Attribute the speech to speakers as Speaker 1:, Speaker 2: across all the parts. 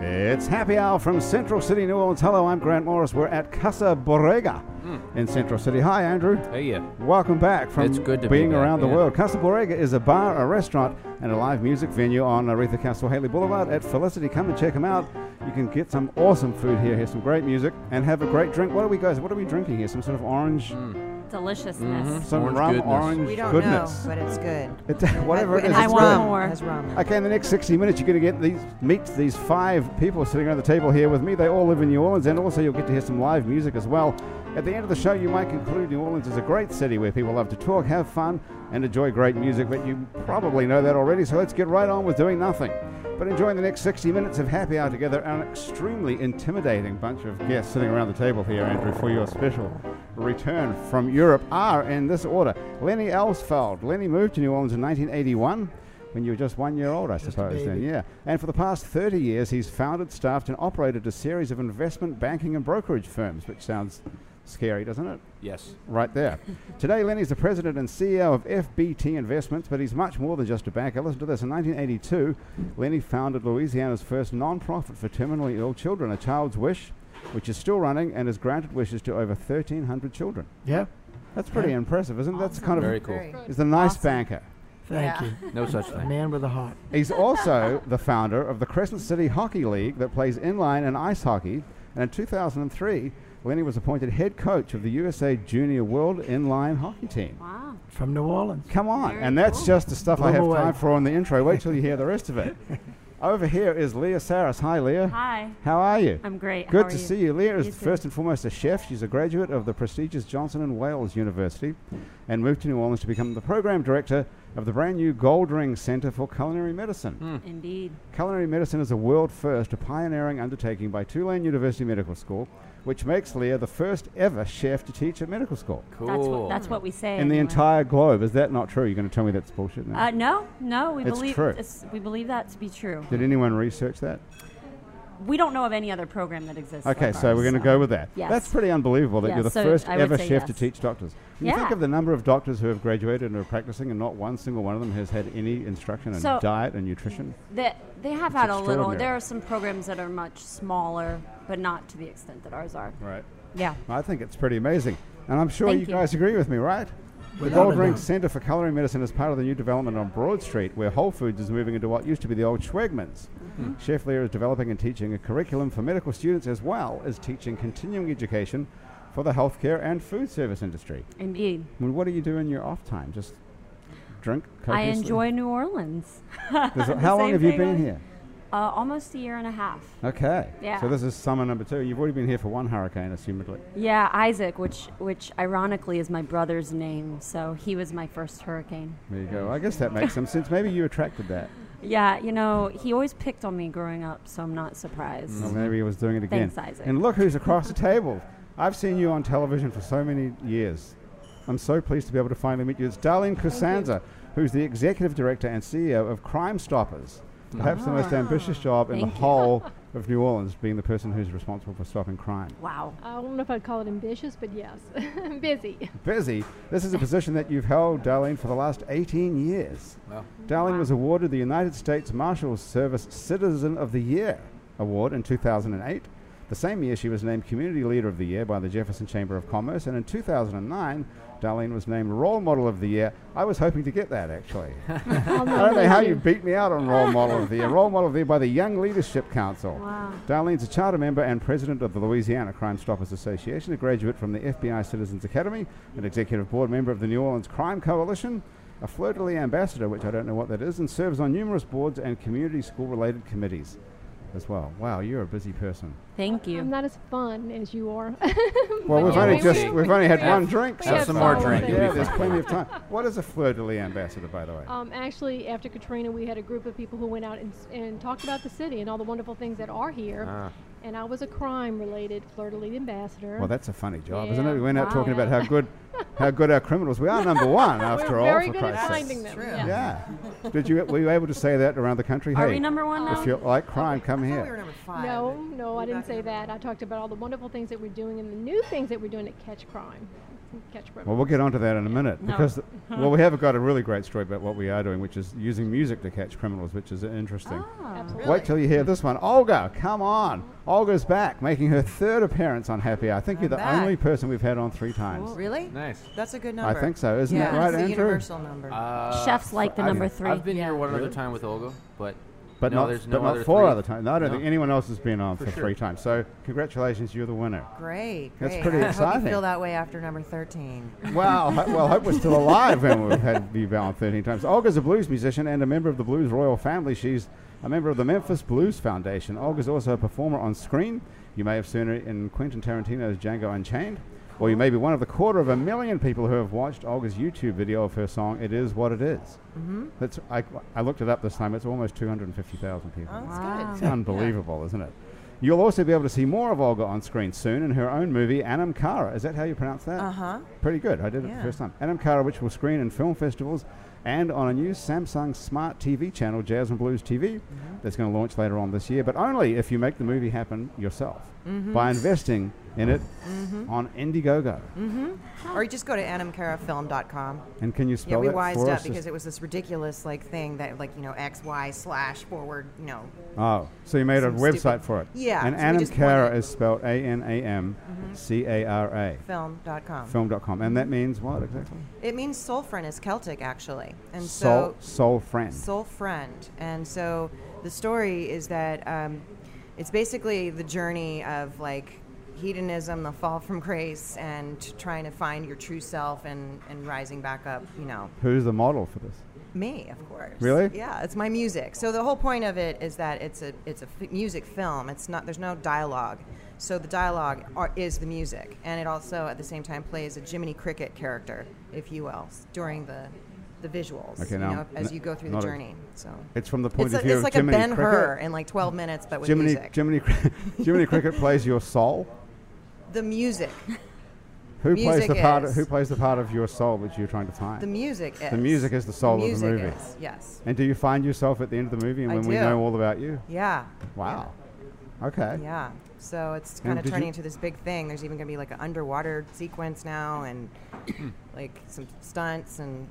Speaker 1: It's Happy Hour from Central City, New Orleans. Hello, I'm Grant Morris. We're at Casa Borrega in Central City. Hi, Andrew.
Speaker 2: Hey, yeah.
Speaker 1: Welcome back from
Speaker 2: Hmm. It's good to be
Speaker 1: being
Speaker 2: back,
Speaker 1: around the
Speaker 2: yeah.
Speaker 1: world. Casa Borrega is a bar, a restaurant, and a live music venue on Aretha Castle Haley Boulevard at Felicity. Come and check them out. You can get some awesome food here, hear some great music, and have a great drink. What are we guys? What are we drinking here? Some sort of orange,
Speaker 3: Deliciousness.
Speaker 1: some
Speaker 2: Hmm. Orange
Speaker 1: rum,
Speaker 2: goodness.
Speaker 1: orange
Speaker 4: We don't
Speaker 1: goodness.
Speaker 4: know, but it's good.
Speaker 1: It- whatever it
Speaker 4: And
Speaker 1: is,
Speaker 4: has
Speaker 1: it's
Speaker 3: I want
Speaker 1: good.
Speaker 4: rum.
Speaker 3: more.
Speaker 4: Has rum.
Speaker 1: Okay, in the next 60 minutes, you're going to get these meet these five people sitting around the table here with me. They all live in New Orleans, and also you'll get to hear some live music as well. At the end of the show, you might conclude New Orleans is a great city where people love to talk, have fun, and enjoy great music, but you probably know that already, so let's get right on with doing nothing. But enjoying the next 60 minutes of happy hour together, an extremely intimidating bunch of guests sitting around the table here, Andrew, for your special return from Europe are in this order. Lenny Elsfeld. Lenny moved to New Orleans in 1981 when you were just one year old, I suppose, then, yeah. And for the past 30 years, he's founded, staffed, and operated a series of investment banking and brokerage firms, which sounds scary, doesn't it?
Speaker 2: Yes.
Speaker 1: Right there. Today, Lenny's the president and CEO of FBT Investments, but he's much more than just tobacco. Listen to this. In 1982, Lenny founded Louisiana's first nonprofit for terminally ill children, A Child's Wish, which is still running and has granted wishes to over 1,300 children.
Speaker 5: Yeah,
Speaker 1: That's pretty impressive, isn't it? That's kind
Speaker 2: Very
Speaker 1: of.
Speaker 2: cool.
Speaker 4: Very.
Speaker 1: He's a nice banker.
Speaker 5: thank
Speaker 4: Yeah.
Speaker 5: you.
Speaker 2: No such
Speaker 5: A
Speaker 2: thing.
Speaker 5: man with a heart.
Speaker 1: He's also the founder of the Crescent City Hockey League that plays inline and ice hockey. And in 2003, Lenny was appointed head coach of the USA Junior World Inline Hockey Team.
Speaker 3: Wow.
Speaker 5: From New Orleans.
Speaker 1: Come on.
Speaker 3: Very
Speaker 1: and that's
Speaker 3: cool.
Speaker 1: just the stuff I
Speaker 5: Blow
Speaker 1: have
Speaker 5: away.
Speaker 1: time for on the intro. Wait till you hear the rest of it. Over here is Leah Saris. Hi, Leah.
Speaker 3: Hi.
Speaker 1: How are you?
Speaker 3: I'm great.
Speaker 1: Good
Speaker 3: How are
Speaker 1: to see you. Leah is
Speaker 3: You too.
Speaker 1: first and foremost a chef. She's a graduate of the prestigious Johnson and Wales University and moved to New Orleans to become the program director of the brand new Gold Ring Center for Culinary Medicine.
Speaker 5: Hmm.
Speaker 3: Indeed.
Speaker 1: Culinary medicine is a world first, a pioneering undertaking by Tulane University Medical School, which makes Leah the first ever chef to teach at medical school
Speaker 2: Cool.
Speaker 3: That's what that's what we say.
Speaker 1: in the
Speaker 3: anyway.
Speaker 1: entire globe. Is that not true? You're going to tell me that's bullshit now?
Speaker 3: Uh, no, no, we
Speaker 1: It's
Speaker 3: believe
Speaker 1: true.
Speaker 3: It's, we believe that to be true.
Speaker 1: Did anyone research that?
Speaker 3: We don't know of any other program that exists.
Speaker 1: Okay,
Speaker 3: like
Speaker 1: so
Speaker 3: ours,
Speaker 1: we're going to go with that.
Speaker 3: Yes.
Speaker 1: That's pretty unbelievable that
Speaker 3: Yeah,
Speaker 1: you're the
Speaker 3: so
Speaker 1: first
Speaker 3: I would
Speaker 1: ever
Speaker 3: say
Speaker 1: chef to
Speaker 3: yes.
Speaker 1: teach doctors. When you think
Speaker 3: Yeah.
Speaker 1: of the number of doctors who have graduated and are practicing, and not one single one of them has had any instruction in
Speaker 3: So-
Speaker 1: diet and nutrition.
Speaker 3: They, they have had a little.
Speaker 1: extraordinary.
Speaker 3: There are some programs that are much smaller, but not to the extent that ours are.
Speaker 1: Right.
Speaker 3: Yeah.
Speaker 1: I think it's pretty amazing. And I'm sure
Speaker 3: Thank
Speaker 1: you
Speaker 3: you.
Speaker 1: guys agree with me, right? The
Speaker 5: Without
Speaker 1: Gold
Speaker 5: a
Speaker 1: Ring
Speaker 5: doubt.
Speaker 1: Center for Culinary Medicine is part of the new development on Broad Street, where Whole Foods is moving into what used to be the old Schwegmans. Chef Lear is developing and teaching a curriculum for medical students as well as teaching continuing education for the healthcare and food service industry.
Speaker 3: Indeed.
Speaker 1: I mean, what do you do in your off time? Just drink?
Speaker 3: I
Speaker 1: copiously?
Speaker 3: enjoy New Orleans.
Speaker 1: There's a-
Speaker 3: The
Speaker 1: how long
Speaker 3: same
Speaker 1: have you
Speaker 3: thing
Speaker 1: been
Speaker 3: I-
Speaker 1: here?
Speaker 3: Uh, almost a year and a half.
Speaker 1: Okay.
Speaker 3: Yeah.
Speaker 1: So this is summer number two. You've already been here for one hurricane, assumedly.
Speaker 3: Yeah, Isaac, which which ironically is my brother's name, so he was my first hurricane.
Speaker 1: There you go. I guess that makes some sense. Maybe you attracted that.
Speaker 3: Yeah, you know, he always picked on me growing up, so I'm not surprised.
Speaker 1: Well, maybe he was doing it again.
Speaker 3: Thanks, Isaac.
Speaker 1: And look who's across the table. I've seen you on television for so many years. I'm so pleased to be able to finally meet you. It's Darlene Kusanza, who's the executive director and CEO of Crime Stoppers. Perhaps the most ambitious job in the
Speaker 3: Ah. Thank you.
Speaker 1: whole of New Orleans, being the person who's responsible for stopping crime.
Speaker 3: Wow.
Speaker 6: I don't know if I'd call it ambitious, but yes, busy.
Speaker 1: Busy. This is a position that you've held, Darlene, for the last 18 years.
Speaker 2: Wow.
Speaker 1: Darling was awarded the United States Marshal Service Citizen of the Year award in 2008. The same year, she was named Community Leader of the Year by the Jefferson Chamber of Commerce, and in 2009, Darlene was named Role Model of the Year. I was hoping to get that actually. I don't know how you beat me out on Role Model of the Year. Role Model of the Year by the Young Leadership Council.
Speaker 3: Wow.
Speaker 1: Darlene's a charter member and president of the Louisiana Crime Stoppers Association, a graduate from the FBI Citizens Academy, an executive board member of the New Orleans Crime Coalition, a Fleur de Lis ambassador, which I don't know what that is, and serves on numerous boards and community school related committees as well. Wow, you're a busy person.
Speaker 3: Thank
Speaker 6: I'm
Speaker 3: you.
Speaker 6: not as fun as you are.
Speaker 1: Well, we've
Speaker 6: yeah,
Speaker 1: only
Speaker 6: we-
Speaker 1: just
Speaker 6: we-
Speaker 1: we've only had
Speaker 6: we
Speaker 1: one
Speaker 6: have-
Speaker 1: drink.
Speaker 6: we
Speaker 1: so far.
Speaker 2: have some more drink, it'll
Speaker 1: Yeah,
Speaker 2: be
Speaker 1: there's
Speaker 2: fine.
Speaker 1: plenty of time. What is a Fleur de Lis ambassador, by the way?
Speaker 6: um, actually, after Katrina, we had a group of people who went out and, s- and talked about the city and all the wonderful things that are here.
Speaker 2: Ah.
Speaker 6: And I was a crime-related Fleur de Lis ambassador.
Speaker 1: Well, that's a funny job,
Speaker 6: Yeah.
Speaker 1: isn't it? We went out talking
Speaker 6: Wow.
Speaker 1: about how good, how good our criminals. We are number one, after
Speaker 6: We're
Speaker 1: all.
Speaker 6: very
Speaker 1: for
Speaker 6: good
Speaker 1: Christ's
Speaker 6: at
Speaker 1: sake.
Speaker 6: finding them.
Speaker 4: True.
Speaker 6: Yeah.
Speaker 1: Yeah. Did you? Were you able to say that around the country?
Speaker 3: Are
Speaker 1: hey,
Speaker 3: we number one now?
Speaker 1: if you like crime, come
Speaker 4: I thought we were
Speaker 1: here.
Speaker 4: number five.
Speaker 6: No,
Speaker 4: but
Speaker 6: no, I
Speaker 4: we
Speaker 6: didn't
Speaker 4: got
Speaker 6: say
Speaker 4: number-
Speaker 6: that. I talked about all the wonderful things that we're doing and the new things that we're doing to catch crime. catch program.
Speaker 1: Well, we'll get onto that in a minute
Speaker 3: No.
Speaker 1: because, th- well, we have got a really great story about what we are doing, which is using music to catch criminals, which is interesting.
Speaker 3: Ah.
Speaker 6: Absolutely.
Speaker 1: Wait till you hear this one. Olga, come on. Olga's back, making her third appearance on Happy Hour. I think
Speaker 2: I'm
Speaker 1: you're the
Speaker 2: back.
Speaker 1: only person we've had on three times.
Speaker 2: Really?
Speaker 4: Nice.
Speaker 2: That's a good
Speaker 1: I
Speaker 2: number.
Speaker 1: think so. Isn't
Speaker 2: yeah,
Speaker 1: that right,
Speaker 2: it's the
Speaker 1: Andrew?
Speaker 2: universal number.
Speaker 4: Uh,
Speaker 3: Chefs like the
Speaker 1: I've-
Speaker 3: number 3
Speaker 4: I've been here one other
Speaker 1: Really?
Speaker 4: time with Olga, but
Speaker 1: But
Speaker 4: no,
Speaker 1: not,
Speaker 4: there's no
Speaker 1: but not
Speaker 4: other
Speaker 1: four
Speaker 4: three.
Speaker 1: other times. No, I don't
Speaker 4: No.
Speaker 1: think anyone else has been on for,
Speaker 4: For sure.
Speaker 1: three times. So congratulations, you're the winner.
Speaker 2: great,
Speaker 1: That's
Speaker 2: great.
Speaker 1: pretty
Speaker 2: I Hope
Speaker 1: exciting.
Speaker 2: you feel that way after number 13.
Speaker 1: Wow. ho- well, hope we're still alive when we've had you on 13 times. Olga's a blues musician and a member of the blues royal family. She's a member of the Memphis Blues Foundation. Olga's also a performer on screen. You may have seen her in Quentin Tarantino's Django Unchained. Or you may be one of the quarter of a million people who have watched Olga's YouTube video of her song "It Is What It Is." Mm-hmm. That's I, I looked it up this time. It's almost 250,000 people.
Speaker 2: Oh, that's
Speaker 3: Wow.
Speaker 1: It's
Speaker 2: good.
Speaker 1: unbelievable, isn't it? You'll also be able to see more of Olga on screen soon in her own movie, Anamkara. Is that how you pronounce that?
Speaker 2: Uh
Speaker 6: Uh-huh.
Speaker 2: huh.
Speaker 1: Pretty good. I did it the
Speaker 2: Yeah.
Speaker 1: first time. Anamkara, which will screen in film festivals and on a new Samsung smart TV channel, Jazz and Blues TV,
Speaker 2: Mm-hmm.
Speaker 1: that's going to launch later on this year, but only if you make the movie happen yourself
Speaker 2: Mm-hmm.
Speaker 1: by investing in it on Indiegogo.
Speaker 2: Mm-hmm. Or you just go to animcarafilm.com.
Speaker 1: And can you
Speaker 2: Yeah,
Speaker 1: spell
Speaker 2: we
Speaker 1: that
Speaker 2: wised
Speaker 1: for
Speaker 2: up
Speaker 1: us?
Speaker 2: because it was this ridiculous like thing that like you know X Y slash forward you know
Speaker 1: Oh, so you made a
Speaker 2: Some
Speaker 1: website
Speaker 2: stupid-
Speaker 1: for it.
Speaker 2: Yeah,
Speaker 1: And
Speaker 2: so we just Mm-hmm. want
Speaker 1: Anamkara
Speaker 2: it.
Speaker 1: is spelled A N A M C A R A.
Speaker 2: film.com.
Speaker 1: Film.com. And that means what exactly?
Speaker 2: It means soul friend is Celtic actually, and
Speaker 1: soul,
Speaker 2: so
Speaker 1: soul friend.
Speaker 2: soul friend. And so the story is that um, it's basically the journey of like hedonism, the fall from grace, and t- trying to find your true self and, and rising back up, you know.
Speaker 1: Who's the model for this?
Speaker 2: Me, of course.
Speaker 1: Really?
Speaker 2: Yeah, it's my music. So the whole point of it is that it's a it's a f- music film. It's not there's no dialogue. So the dialogue are, is the music, and it also at the same time plays a Jiminy Cricket character, if you will, s- during the the visuals.
Speaker 1: Okay,
Speaker 2: you
Speaker 1: now,
Speaker 2: know, as
Speaker 1: n-
Speaker 2: you go through
Speaker 1: not
Speaker 2: the
Speaker 1: a-
Speaker 2: journey. So
Speaker 1: It's from the point
Speaker 2: it's,
Speaker 1: of
Speaker 2: a,
Speaker 1: view
Speaker 2: it's
Speaker 1: of
Speaker 2: like
Speaker 1: Jiminy
Speaker 2: a Ben
Speaker 1: Cricket.
Speaker 2: Hur in like 12 minutes, but with
Speaker 1: Jiminy,
Speaker 2: music.
Speaker 1: Jiminy, Cri- Jiminy Cricket plays your soul.
Speaker 2: the music,
Speaker 1: Who plays
Speaker 2: Music
Speaker 1: the part?
Speaker 2: is-
Speaker 1: who plays the part of your soul that you're trying to find?
Speaker 2: the music is
Speaker 1: The music is the soul of the
Speaker 2: music
Speaker 1: movie.
Speaker 2: Is, yes.
Speaker 1: and do you find yourself at the end of the movie, and
Speaker 2: I
Speaker 1: when we
Speaker 2: do.
Speaker 1: know all about you?
Speaker 2: Yeah.
Speaker 1: Wow. Okay.
Speaker 2: Yeah. So it's
Speaker 1: And
Speaker 2: kind of
Speaker 1: did
Speaker 2: turning
Speaker 1: you-
Speaker 2: into this big thing. There's even going to be like an underwater sequence now and like some stunts and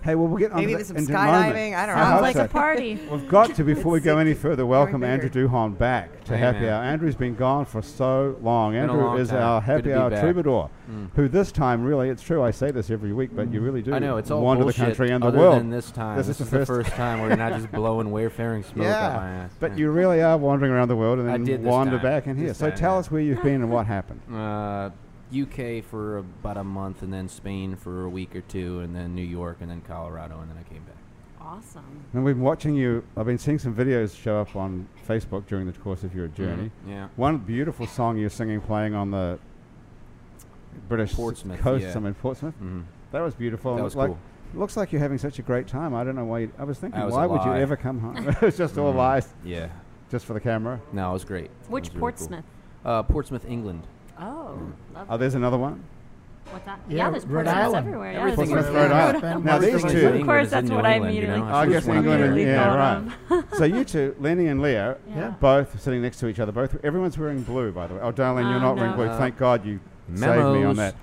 Speaker 1: Hey, well, we'll get on
Speaker 2: Maybe
Speaker 1: to
Speaker 2: there's
Speaker 1: that
Speaker 2: some
Speaker 1: in a
Speaker 2: skydiving.
Speaker 1: moment.
Speaker 2: I don't
Speaker 1: hope
Speaker 3: Sounds like
Speaker 1: so.
Speaker 3: a party.
Speaker 1: We've got to, before we go any further, welcome
Speaker 2: Going
Speaker 1: Andrew
Speaker 2: bigger.
Speaker 1: Duhon back to
Speaker 4: Hey,
Speaker 1: Happy
Speaker 4: man.
Speaker 1: Hour. Andrew's been gone for so long.
Speaker 4: a
Speaker 1: Andrew
Speaker 4: long
Speaker 1: is
Speaker 4: time.
Speaker 1: our
Speaker 4: Good to
Speaker 1: Happy
Speaker 4: be
Speaker 1: Hour
Speaker 4: back. Mm.
Speaker 1: troubadour, who this time really, it's true, I say this every week, but you really do
Speaker 4: I know it's all
Speaker 1: wander
Speaker 4: bullshit
Speaker 1: the country and the
Speaker 4: other
Speaker 1: world.
Speaker 4: than this time.
Speaker 1: This is the first-
Speaker 4: time where you're not just blowing wayfaring smoke up my
Speaker 1: yeah,
Speaker 4: ass.
Speaker 1: but
Speaker 4: Yeah.
Speaker 1: you really are wandering around the world and
Speaker 4: I
Speaker 1: then
Speaker 4: did this
Speaker 1: wander
Speaker 4: time.
Speaker 1: back in here.
Speaker 4: This
Speaker 1: So
Speaker 4: time,
Speaker 1: tell
Speaker 4: yeah.
Speaker 1: us where you've been and what happened.
Speaker 4: uh, UK for about a month, and then Spain for a week or two, and then New York, and then Colorado, and then I came back.
Speaker 3: awesome.
Speaker 1: And we've been watching you. I've been seeing some videos show up on Facebook during the course of your
Speaker 4: Mm-hmm.
Speaker 1: journey.
Speaker 4: Yeah.
Speaker 1: One beautiful song you're singing playing on the British
Speaker 4: Portsmouth,
Speaker 1: coast
Speaker 4: yeah.
Speaker 1: somewhere in Portsmouth.
Speaker 4: Mhm.
Speaker 1: That was beautiful.
Speaker 4: That
Speaker 1: It
Speaker 4: was
Speaker 1: looked
Speaker 4: cool.
Speaker 1: Like, looks like you're having such a great time. I don't know why. You, I was thinking,
Speaker 4: That was
Speaker 1: why
Speaker 4: a
Speaker 1: would you
Speaker 4: lie. Mm.
Speaker 1: ever come home? it was just all lies,
Speaker 4: Mm-hmm. Yeah.
Speaker 1: just for the camera.
Speaker 4: No, it was great. It
Speaker 3: Which
Speaker 4: was really cool.
Speaker 3: Portsmouth?
Speaker 4: Uh, Portsmouth, England.
Speaker 3: Oh,
Speaker 1: Oh,
Speaker 3: love
Speaker 1: there's another one.
Speaker 3: What's that?
Speaker 5: Yeah,
Speaker 3: Yeah, there's
Speaker 5: Rhode
Speaker 3: Portsmouths
Speaker 5: Island.
Speaker 3: everywhere. Yeah,
Speaker 4: Everything
Speaker 3: there's
Speaker 1: Rhode
Speaker 4: is
Speaker 3: Portsmouth.
Speaker 1: Island.
Speaker 5: Spend
Speaker 1: Now,
Speaker 5: most
Speaker 1: these
Speaker 5: of my
Speaker 1: two-
Speaker 3: Of
Speaker 5: time-
Speaker 3: course,
Speaker 4: England is
Speaker 3: that's
Speaker 4: in
Speaker 3: what
Speaker 4: New
Speaker 3: I
Speaker 4: England, you know?
Speaker 3: immediately.
Speaker 4: I
Speaker 1: I guess
Speaker 4: just wanted
Speaker 1: England.
Speaker 4: to
Speaker 1: And,
Speaker 4: leave
Speaker 1: yeah,
Speaker 3: thought
Speaker 1: right.
Speaker 3: of.
Speaker 1: so you two, Lenny and Leah,
Speaker 5: Yeah.
Speaker 1: both sitting next to each other. Both everyone's wearing blue, by the way. Oh, darling, you're
Speaker 3: Oh,
Speaker 1: not
Speaker 3: no.
Speaker 1: wearing blue.
Speaker 4: Uh,
Speaker 1: Thank God you
Speaker 4: Memos.
Speaker 1: saved me on that.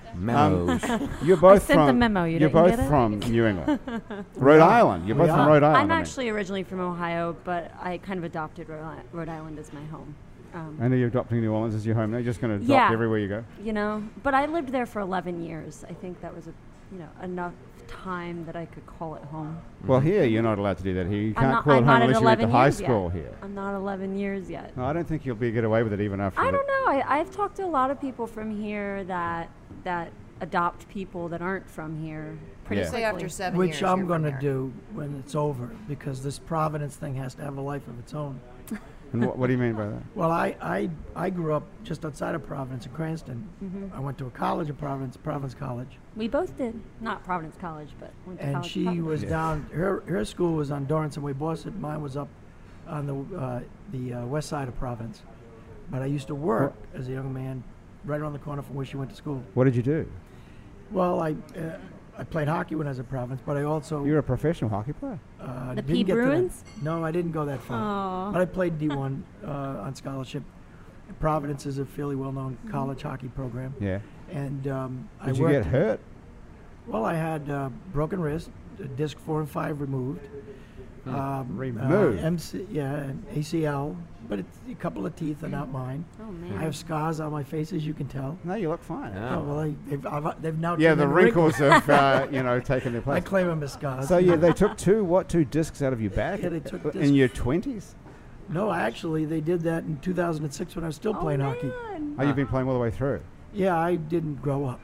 Speaker 4: Memos.
Speaker 1: You're both
Speaker 3: sent the
Speaker 1: from
Speaker 3: memo, you
Speaker 1: are
Speaker 3: didn't
Speaker 1: both
Speaker 3: get it?
Speaker 1: from New England, Rhode Island. You're both from
Speaker 5: are.
Speaker 1: Rhode Island.
Speaker 3: I'm
Speaker 1: I mean.
Speaker 3: actually originally from Ohio, but I kind of adopted Rhode Island, Rhode Island as my home. Um,
Speaker 1: I know you're adopting New Orleans as your home. Now you're just going to adopt
Speaker 3: Yeah.
Speaker 1: everywhere you go.
Speaker 4: Mm-hmm.
Speaker 3: you know, but I lived there for 11 years. I think that was a, you know, enough time that I could call it home.
Speaker 1: Well, here you're not allowed to do that. Here you
Speaker 3: I'm
Speaker 1: can't
Speaker 3: not-
Speaker 1: call it
Speaker 3: I'm
Speaker 1: home
Speaker 3: not at
Speaker 1: unless you went to
Speaker 3: 11
Speaker 1: high
Speaker 3: years yet.
Speaker 1: school here.
Speaker 3: I'm not 11 years yet.
Speaker 1: No, I don't think you'll be get away with it even after.
Speaker 3: I
Speaker 1: the-
Speaker 3: don't know. I, I've talked to a lot of people from here that that adopt people that aren't from here. Pretty
Speaker 1: Yeah.
Speaker 2: say
Speaker 3: quickly.
Speaker 2: after seven years.
Speaker 5: Which I'm
Speaker 2: going to
Speaker 5: do when it's over because this Providence thing has to have a life of its own.
Speaker 1: And what, what do you mean by that?
Speaker 5: Well, I, I, I grew up just outside of Providence in Cranston. I went to a college in Providence, Providence College,
Speaker 3: we both did not Providence College, but went to
Speaker 5: and
Speaker 3: college.
Speaker 5: she
Speaker 3: Providence.
Speaker 5: was down. Her her school was on Dorrance and Waybossett. Mine was up on the uh, the uh, west side of Providence. But I used to work as a young man right around the corner from where she went to school.
Speaker 1: What did you do?
Speaker 5: Well, I uh, I played hockey when I was at Providence, but I also
Speaker 1: You're a professional hockey player.
Speaker 5: Uh,
Speaker 3: The
Speaker 5: didn't
Speaker 3: Pea
Speaker 5: get to that-
Speaker 3: Bruins?
Speaker 5: No, I didn't go that far.
Speaker 3: Aw.
Speaker 5: But I played D1 uh, on scholarship. Providence is a fairly well-known
Speaker 3: Mm-hmm.
Speaker 5: college hockey program,
Speaker 1: Yeah.
Speaker 5: and um, I
Speaker 1: Did you
Speaker 5: worked.
Speaker 1: get hurt?
Speaker 5: Well, I had uh, broken wrist, a disc four and five removed. Um,
Speaker 1: Removed.
Speaker 5: Uh, MC, yeah, and ACL, but it's, a couple of teeth are not mine.
Speaker 3: Oh man.
Speaker 5: I have scars on my face, as you can tell.
Speaker 1: No, you look fine.
Speaker 4: Yeah.
Speaker 5: Oh, well, I, they've, I've, they've now
Speaker 1: Yeah,
Speaker 5: turned
Speaker 1: the
Speaker 5: into
Speaker 1: wrinkles have uh, you know taken their
Speaker 5: I
Speaker 1: place.
Speaker 5: claim them as scars.
Speaker 1: So yeah, they took two what two discs out of your back
Speaker 5: Yeah, they took discs.
Speaker 1: in your twenties.
Speaker 5: no, actually, they did that in 2006 when I was still
Speaker 3: oh,
Speaker 5: playing hockey.
Speaker 3: man.
Speaker 1: Oh, you've been playing all the way through.
Speaker 5: Yeah, I didn't grow up.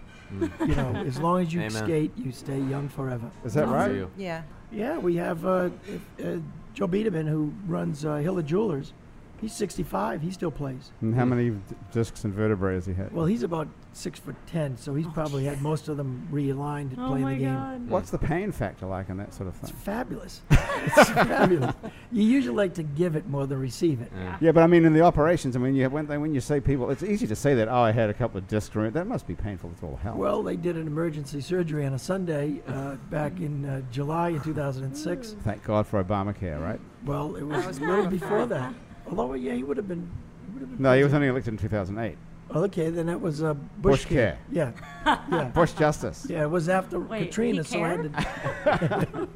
Speaker 5: You know, as long as you
Speaker 4: Amen.
Speaker 5: skate, you stay young forever.
Speaker 1: Is that
Speaker 4: Good for
Speaker 1: right?
Speaker 4: you.
Speaker 2: Yeah.
Speaker 5: Yeah, we have uh, if- uh, Joe Biederman, who runs uh, Hill of Jewelers. He's 65. He still plays.
Speaker 1: And how many d- discs and vertebrae has he had?
Speaker 5: Well, he's about six foot ten, so he's probably had most of them realigned
Speaker 3: Oh
Speaker 5: playing
Speaker 3: my
Speaker 5: the game.
Speaker 3: god.
Speaker 1: What's the pain factor like in that sort of
Speaker 5: It's
Speaker 1: thing?
Speaker 5: fabulous. it's fabulous. You usually like to give it more than receive it.
Speaker 4: Yeah.
Speaker 1: Yeah, but I mean, in the operations, I mean, you when they when you say people, it's easy to say that. Oh, I had a couple of discs removed. That must be painful as all hell.
Speaker 5: Well, they did an emergency surgery on a Sunday uh, back in uh, July in 2006.
Speaker 1: Thank God for Obamacare, right?
Speaker 5: Well, it was, a little before that. Although, yeah, he would have been. he would have been
Speaker 1: No, he was
Speaker 5: president.
Speaker 1: only elected in 2008.
Speaker 5: Okay, then that was uh, Bush,
Speaker 1: Bush care.
Speaker 5: Yeah, yeah,
Speaker 1: Bush Justice.
Speaker 5: yeah. It was after
Speaker 3: Wait, he
Speaker 5: Katrina, so I had
Speaker 3: cared?
Speaker 5: to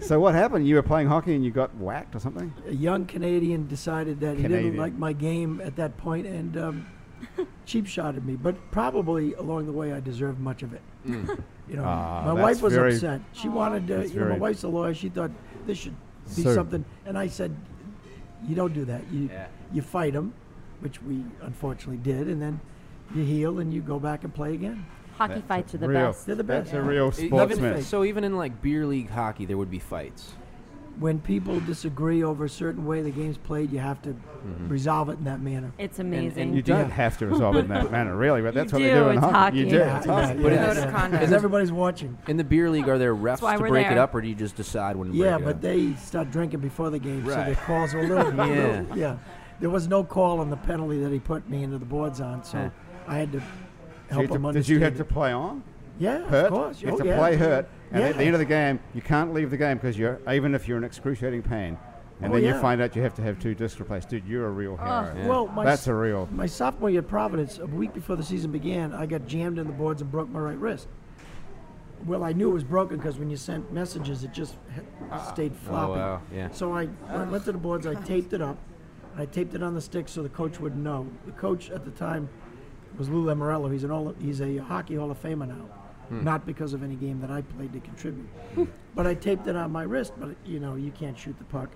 Speaker 1: So what happened? You were playing hockey and you got whacked or something?
Speaker 5: a young Canadian decided that he
Speaker 1: Canadian.
Speaker 5: didn't like my game at that point and um, cheap shotted me. But probably along the way, I deserved much of it. You know,
Speaker 1: Hmm. Ah,
Speaker 5: my
Speaker 1: that's
Speaker 5: wife was
Speaker 1: very-
Speaker 5: upset. She wanted to.
Speaker 1: That's
Speaker 5: You know, my
Speaker 1: very-
Speaker 5: wife's a lawyer. She thought this should be
Speaker 1: So-
Speaker 5: something, and I said, "You don't do that. You
Speaker 4: Yeah.
Speaker 5: you fight them, which we unfortunately did, and then you heal and you go back and play again.
Speaker 3: Hockey fights are the
Speaker 1: real.
Speaker 3: best.
Speaker 5: They're the
Speaker 1: That's
Speaker 5: best.
Speaker 1: a real
Speaker 4: Even-
Speaker 1: sportsman.
Speaker 4: so even in like beer league hockey, there would be fights.
Speaker 5: When people disagree over a certain way the game's played, you have to
Speaker 1: Mm-hmm.
Speaker 5: resolve it in that manner.
Speaker 3: It's
Speaker 4: and
Speaker 3: amazing.
Speaker 1: You don't have to resolve in that manner, really, but that's what they
Speaker 3: do,
Speaker 1: do in
Speaker 3: it's
Speaker 1: hockey. You
Speaker 3: hockey.
Speaker 1: do.
Speaker 3: Yeah,
Speaker 1: It's hockey.
Speaker 2: yeah. Code of conduct.
Speaker 5: Because everybody's watching.
Speaker 4: In the beer league, are there refs
Speaker 3: why
Speaker 4: to
Speaker 3: we're
Speaker 4: break it
Speaker 3: there.
Speaker 4: up, or do you just decide when to break
Speaker 5: Yeah,
Speaker 4: it
Speaker 5: but
Speaker 1: uh,
Speaker 4: up?
Speaker 5: they start drinking before the game, so their
Speaker 4: Right.
Speaker 5: calls are a little.
Speaker 4: Yeah.
Speaker 5: little- yeah. There was no call on the penalty that he put me into the boards on, so
Speaker 4: Yeah.
Speaker 5: I had to
Speaker 1: Did
Speaker 5: help
Speaker 1: you- Did
Speaker 5: him
Speaker 1: you
Speaker 5: understand.
Speaker 1: have to
Speaker 5: it.
Speaker 1: play on?
Speaker 5: Yeah,
Speaker 1: Hurt?
Speaker 5: of course.
Speaker 1: You have
Speaker 5: Oh,
Speaker 1: to
Speaker 5: yeah.
Speaker 1: play hurt. And
Speaker 5: yeah.
Speaker 1: at the end of the game, you can't leave the game because you're, even if you're in excruciating pain, and
Speaker 5: Oh,
Speaker 1: then you
Speaker 5: yeah. Oh,
Speaker 1: find out you have to have two discs replaced. Dude, you're a real hero.
Speaker 5: Well, my
Speaker 1: That's
Speaker 5: s-
Speaker 1: a real.
Speaker 5: my sophomore year at Providence, a week before the season began, I got jammed in the boards and broke my right wrist. Well, I knew it was broken because when you sent messages, it just h- stayed
Speaker 1: Oh,
Speaker 5: floppy.
Speaker 4: wow, yeah.
Speaker 5: So I, I went to the boards, I taped it up, and I taped it on the stick so the coach would know. The coach at the time was Lou Lamorello. He's an all, he's a hockey Hall of Famer now,
Speaker 1: Hmm.
Speaker 5: not because of any game that I played to contribute. but I taped it on my wrist. But you know, you can't shoot the puck,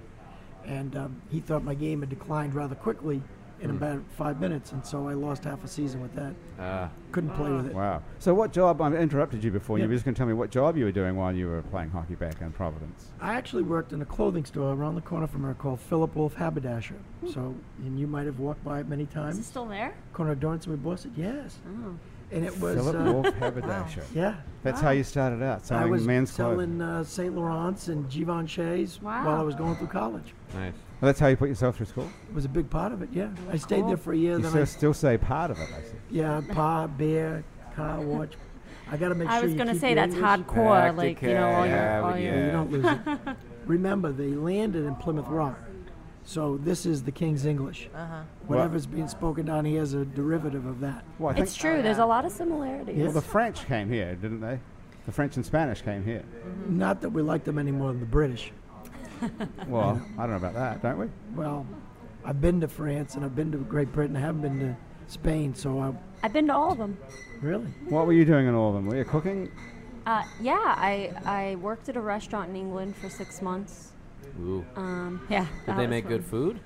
Speaker 5: and um, he thought my game had declined rather quickly in
Speaker 1: Hmm.
Speaker 5: about five minutes, and so I lost half a season with that.
Speaker 4: uh,
Speaker 5: Couldn't play with it.
Speaker 1: Ah. Wow. So what job? I interrupted you before. You
Speaker 5: Yeah.
Speaker 1: were just going to tell me what job you were doing while you were playing hockey back in Providence.
Speaker 5: I actually worked in a clothing store around the corner from her called Philip Wolf Haberdasher.
Speaker 1: Hmm.
Speaker 5: So, and you might have walked by it many
Speaker 3: Is it
Speaker 5: times.
Speaker 3: still there?
Speaker 5: Corner of Dorrance and Bossett, yes. And it was,
Speaker 1: Oh. Philip
Speaker 5: uh,
Speaker 1: Wolf Haberdasher.
Speaker 5: yeah.
Speaker 1: That's how you started out,
Speaker 5: I
Speaker 1: selling
Speaker 5: was
Speaker 1: men's clothes.
Speaker 5: selling uh, St. Laurent's and Givenchy's while I
Speaker 3: Wow.
Speaker 5: was going through college.
Speaker 4: nice.
Speaker 1: Well, that's how you put yourself through school.
Speaker 5: It was a big part of it, yeah. I stayed
Speaker 3: Cool.
Speaker 5: there for a year.
Speaker 1: You
Speaker 5: Then
Speaker 1: still,
Speaker 5: I,
Speaker 1: still say part of it, I see.
Speaker 5: yeah, pa, beer, car, watch. I got to make
Speaker 3: I
Speaker 5: sure
Speaker 3: was
Speaker 5: you
Speaker 3: gonna
Speaker 5: keep
Speaker 3: say
Speaker 5: your
Speaker 3: that's
Speaker 5: English.
Speaker 3: hardcore, like you know, all
Speaker 4: Yeah,
Speaker 3: your, all
Speaker 4: but
Speaker 3: your
Speaker 5: Yeah,
Speaker 4: yeah.
Speaker 5: you don't lose it. Remember, they landed in Plymouth Rock. So this is the King's English. Uh-huh. Whatever's being spoken down here is a derivative of that.
Speaker 1: Well, I think
Speaker 3: It's true. There's a lot of similarities.
Speaker 1: well, the French came here, didn't they? The French and Spanish came here.
Speaker 3: hmm.
Speaker 5: Not that we like them any more than the British.
Speaker 1: Well, I don't know about that, don't we?
Speaker 5: Well, I've been to France and I've been to Great Britain. I haven't been to Spain, so I
Speaker 3: I've been to all of them.
Speaker 5: really.
Speaker 1: What were you doing in all of them? Were you cooking?
Speaker 3: Uh, yeah, I I worked at a restaurant in England for six months.
Speaker 4: Ooh.
Speaker 3: Um, yeah.
Speaker 4: Did
Speaker 3: that
Speaker 4: they
Speaker 3: was
Speaker 4: make
Speaker 3: fun.
Speaker 4: good food?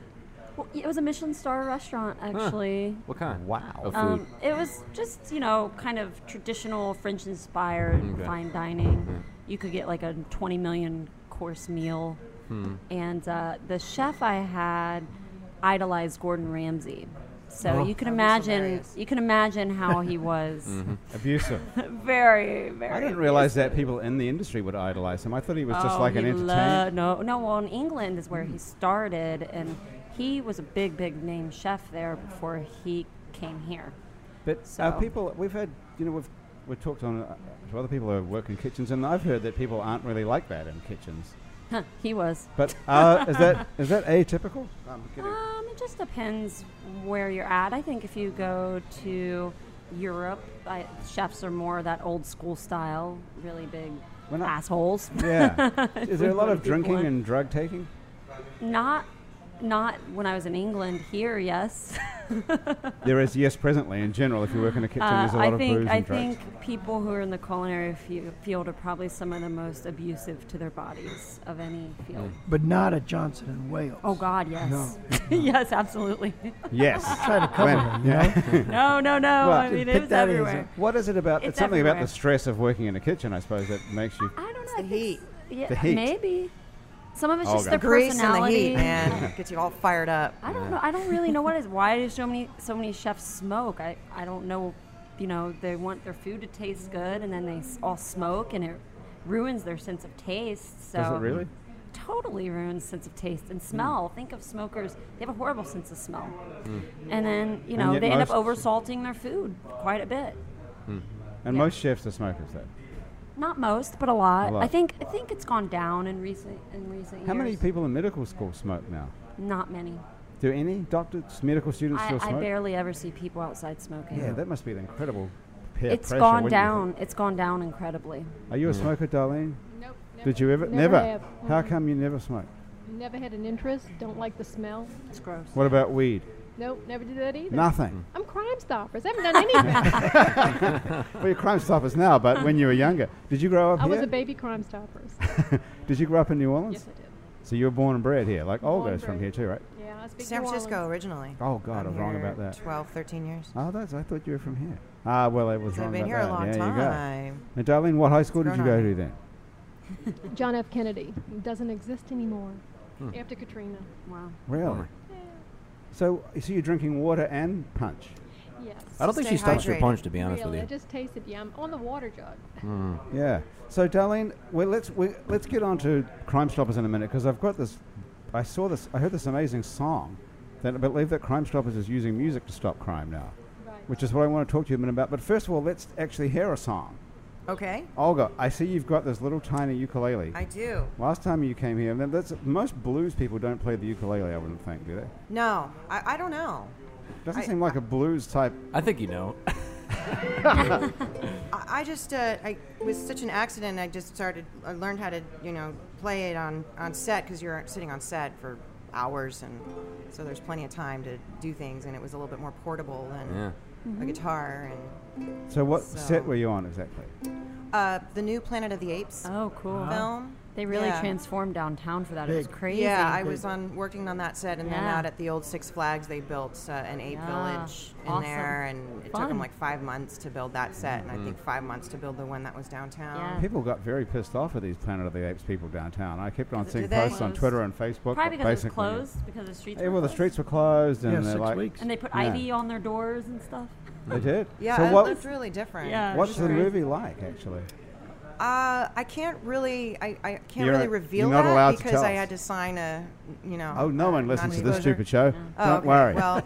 Speaker 3: Well, it was a Michelin star restaurant, actually.
Speaker 4: What kind?
Speaker 1: Wow.
Speaker 4: Of food.
Speaker 3: Um, it was just, you know, kind of traditional French inspired
Speaker 4: Okay.
Speaker 3: fine dining. You could get like a 20 million course meal.
Speaker 4: Hmm.
Speaker 3: And uh, the chef I had idolized Gordon Ramsay. So you can
Speaker 2: Oh, he's
Speaker 3: imagine
Speaker 2: hilarious.
Speaker 3: you can imagine how he was
Speaker 4: Mm-hmm.
Speaker 1: Abusive.
Speaker 3: very very
Speaker 1: I didn't realize that people in the industry would idolize him. I thought he was just
Speaker 3: Oh,
Speaker 1: like an
Speaker 3: he
Speaker 1: entertainer.
Speaker 3: lo- no, no. Well, in England is where he started, and he was a big, big name chef there before he came here.
Speaker 1: But
Speaker 3: So-
Speaker 1: are people, we've had, you know, we've, we've talked on uh, to other people who work in kitchens, and I've heard that people aren't really like that in kitchens.
Speaker 3: he was.
Speaker 1: But uh, is that is that atypical? I'm kidding.
Speaker 3: Um, it just depends where you're at. I think if you go to Europe, I, chefs are more that old school style, really big
Speaker 1: We're not-
Speaker 3: assholes.
Speaker 1: Yeah. Is there a lot of
Speaker 3: People
Speaker 1: drinking
Speaker 3: are-
Speaker 1: and drug taking?
Speaker 3: Not, not when I was in England. Here, yes.
Speaker 1: There is, yes, presently in general. If you work in a kitchen,
Speaker 3: Uh,
Speaker 1: there's a lot
Speaker 3: I
Speaker 1: of
Speaker 3: think
Speaker 1: booze
Speaker 3: I
Speaker 1: and drugs.
Speaker 3: think people who are in the culinary fe- field are probably some of the most abusive to their bodies of any field.
Speaker 1: Mm.
Speaker 5: but not at Johnson and Wales.
Speaker 3: Oh God, yes, yes, absolutely.
Speaker 1: Yes.
Speaker 5: Try to cover
Speaker 1: When-
Speaker 5: them, you
Speaker 1: yeah.
Speaker 5: know?
Speaker 3: no, no, no. I
Speaker 1: Well,
Speaker 3: mean,
Speaker 5: pick
Speaker 3: it was
Speaker 5: that as a-
Speaker 3: everywhere.
Speaker 1: What is it about? It's,
Speaker 3: It's
Speaker 1: something about
Speaker 3: everywhere.
Speaker 1: the stress of working in a kitchen, I suppose, that makes you.
Speaker 3: I don't know.
Speaker 2: the
Speaker 3: I think
Speaker 2: heat.
Speaker 3: s- Yeah,
Speaker 1: The heat.
Speaker 3: Maybe. Some of it's
Speaker 1: Oh,
Speaker 3: just
Speaker 1: God.
Speaker 3: their
Speaker 2: Grease and the
Speaker 3: personality.
Speaker 2: heat, man, gets you all fired up.
Speaker 3: I don't know. I don't really know what is. Why do so many so many chefs smoke? I I don't know. You know, they want their food to taste good, and then they s- all smoke, and it ruins their sense of taste. So
Speaker 1: Does it really? Hmm.
Speaker 3: Totally ruins sense of taste and smell. Think of smokers; they have a horrible sense of smell, and then you
Speaker 1: Hmm. And
Speaker 3: know
Speaker 1: yet
Speaker 3: they end up
Speaker 1: most-
Speaker 3: oversalting their food quite a bit.
Speaker 1: And
Speaker 3: Yeah.
Speaker 1: most chefs are smokers, though.
Speaker 3: Not most, but a lot.
Speaker 1: A lot.
Speaker 3: I think I think it's gone down in recent in recent
Speaker 1: How
Speaker 3: years.
Speaker 1: many people in medical school smoke now?
Speaker 3: Not many.
Speaker 1: Do any doctors, medical students
Speaker 3: I,
Speaker 1: still
Speaker 3: I
Speaker 1: smoke?
Speaker 3: barely ever see people outside smoking.
Speaker 1: yeah, that must be an incredible peer
Speaker 3: it's
Speaker 1: pressure,
Speaker 3: gone
Speaker 1: wouldn't you think?
Speaker 3: down. It's gone down incredibly.
Speaker 1: Are you a smoker, Darlene?
Speaker 6: Nope.
Speaker 1: Did you ever?
Speaker 6: Never. have.
Speaker 1: How
Speaker 6: Mm-mm.
Speaker 1: come you never smoked?
Speaker 6: Never had an interest. Don't like the smell.
Speaker 3: It's gross.
Speaker 1: What about weed?
Speaker 6: Nope. Never did that either.
Speaker 1: Nothing.
Speaker 6: I'm Crime Stoppers. I haven't done anything.
Speaker 1: well, your crime stoppers now, but when you were younger, did you grow up
Speaker 6: I
Speaker 1: here?
Speaker 6: was a baby Crime Stoppers.
Speaker 1: did you grow up in New Orleans?
Speaker 6: yes, I did.
Speaker 1: So you were born and bred here, like
Speaker 6: Born
Speaker 1: Olga's from
Speaker 6: bred.
Speaker 1: here too, right?
Speaker 6: Yeah, I speak
Speaker 2: San
Speaker 6: New
Speaker 2: Francisco
Speaker 6: Orleans.
Speaker 2: originally.
Speaker 1: Oh God,
Speaker 2: I'm
Speaker 1: I was wrong
Speaker 2: here
Speaker 1: about that.
Speaker 2: 12, 13 years.
Speaker 1: Oh, that's I thought you were from here. Ah, well, I was
Speaker 2: So
Speaker 1: wrong
Speaker 2: I've been
Speaker 1: about
Speaker 2: here
Speaker 1: that.
Speaker 2: a long
Speaker 1: there you
Speaker 2: time.
Speaker 1: go. And Darlene, what high school did
Speaker 2: grown
Speaker 1: you go
Speaker 2: on.
Speaker 1: to then?
Speaker 6: John F. Kennedy doesn't exist anymore
Speaker 4: Hmm.
Speaker 6: after Katrina.
Speaker 3: Wow.
Speaker 1: Really? So, so you're drinking water and punch.
Speaker 6: Yes.
Speaker 4: I don't think
Speaker 2: Stay
Speaker 4: she stops your
Speaker 2: hydrated.
Speaker 4: punch, to be honest
Speaker 6: Really, I
Speaker 4: with you.
Speaker 6: just tasted. Yeah, I'm on the water jug.
Speaker 1: Yeah. So, Darlene, well, let's we, let's get on to Crime Stoppers in a minute because I've got this. I saw this. I heard this amazing song. That I believe that Crime Stoppers is using music to stop crime now,
Speaker 6: Right.
Speaker 1: which is what I want to talk to you a minute about. But first of all, let's actually hear a song.
Speaker 2: Okay,
Speaker 1: Olga, I see you've got this little tiny ukulele.
Speaker 2: I do.
Speaker 1: Last time you came here, and then that's most blues people don't play the ukulele. I wouldn't think, do they?
Speaker 2: No, I, I don't know.
Speaker 1: Doesn't
Speaker 2: I-
Speaker 1: seem like a blues type.
Speaker 4: I think you know.
Speaker 2: I, I just uh, I it was such an accident. I just started. I learned how to you know play it on on set because you're sitting on set for hours and so there's plenty of time to do things and it was a little bit more portable than
Speaker 4: Yeah.
Speaker 3: Mm-hmm.
Speaker 2: a guitar and
Speaker 1: So, what
Speaker 2: So-
Speaker 1: set were you on exactly?
Speaker 2: uh, the new Planet of the Apes
Speaker 3: Oh, cool.
Speaker 2: film.
Speaker 3: They really
Speaker 2: Yeah.
Speaker 3: transformed downtown for that. It was
Speaker 5: Big.
Speaker 3: crazy.
Speaker 2: Yeah, I was on working on that set, and then
Speaker 3: Yeah.
Speaker 2: out at the old Six Flags, they built uh, an ape
Speaker 3: Yeah.
Speaker 2: village in
Speaker 3: Awesome.
Speaker 2: there, and it took
Speaker 3: Fun.
Speaker 2: them like five months to build that set,
Speaker 1: Mm-hmm.
Speaker 2: and I think five months to build the one that was downtown.
Speaker 3: Yeah.
Speaker 1: People got very pissed off at these Planet of the Apes people downtown. I kept on
Speaker 2: Did
Speaker 1: seeing
Speaker 2: they?
Speaker 1: posts on
Speaker 3: Closed.
Speaker 1: Twitter and Facebook.
Speaker 3: probably
Speaker 1: that
Speaker 3: because it was
Speaker 1: basically-
Speaker 3: closed because the streets.
Speaker 1: Yeah,
Speaker 3: were
Speaker 1: well, the
Speaker 3: closed.
Speaker 1: streets were closed, and
Speaker 5: yeah,
Speaker 1: they're
Speaker 5: six
Speaker 1: like,
Speaker 5: weeks.
Speaker 3: And they put
Speaker 1: Yeah.
Speaker 3: ivy on their doors and stuff.
Speaker 1: they did.
Speaker 2: Yeah,
Speaker 1: so
Speaker 2: it
Speaker 1: what?
Speaker 2: looked really different.
Speaker 3: Yeah.
Speaker 1: What's the
Speaker 3: Sure.
Speaker 1: movie like, actually?
Speaker 2: Uh, I can't really, I, I can't
Speaker 1: You're-
Speaker 2: really reveal
Speaker 1: you're not
Speaker 2: that
Speaker 1: allowed to
Speaker 2: because
Speaker 1: tell
Speaker 2: I
Speaker 1: us.
Speaker 2: had to sign a, you know.
Speaker 1: Oh, no one listens to this
Speaker 2: non-disclosure.
Speaker 1: stupid show.
Speaker 2: Uh, Oh,
Speaker 1: Don't
Speaker 2: okay.
Speaker 1: worry.
Speaker 2: Well,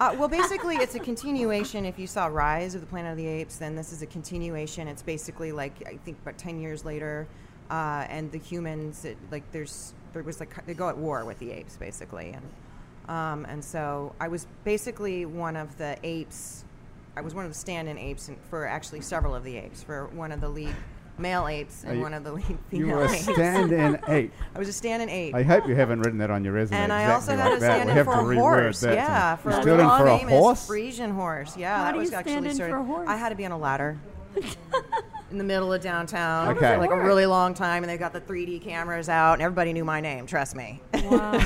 Speaker 2: uh, well, basically, it's a continuation. If you saw Rise of the Planet of the Apes, then this is a continuation. It's basically like I think about ten years later, uh, and the humans it, like there's there was like they go at war with the apes basically, and um, and so I was basically one of the apes. I was one of the stand-in apes and for actually several of the apes for one of the lead male apes
Speaker 1: Are
Speaker 2: and
Speaker 1: you-
Speaker 2: one of the lead
Speaker 1: you
Speaker 2: female
Speaker 1: were a
Speaker 2: apes.
Speaker 1: stand-in ape.
Speaker 2: I was a stand-in ape.
Speaker 1: I hope you haven't written that on your resume.
Speaker 2: And I
Speaker 1: exactly
Speaker 2: also
Speaker 1: like
Speaker 2: had to
Speaker 1: that.
Speaker 2: stand
Speaker 1: we
Speaker 2: in
Speaker 1: have
Speaker 2: for
Speaker 1: to
Speaker 2: a
Speaker 1: reword
Speaker 2: horse.
Speaker 1: That
Speaker 2: Yeah,
Speaker 1: so-
Speaker 2: for
Speaker 1: you
Speaker 2: a
Speaker 1: stood in
Speaker 2: little
Speaker 1: for a
Speaker 2: famous
Speaker 1: horse.
Speaker 2: Frisian horse. Yeah,
Speaker 3: How
Speaker 2: that
Speaker 3: do
Speaker 2: was
Speaker 3: you
Speaker 2: actually
Speaker 3: stand in
Speaker 2: started-
Speaker 3: for a horse?
Speaker 2: I had to be on a ladder. In the middle of downtown,
Speaker 1: does Okay.
Speaker 2: for like
Speaker 1: that
Speaker 2: a really long time, and they got the 3D cameras out, and everybody knew my name. Trust me,
Speaker 3: Wow.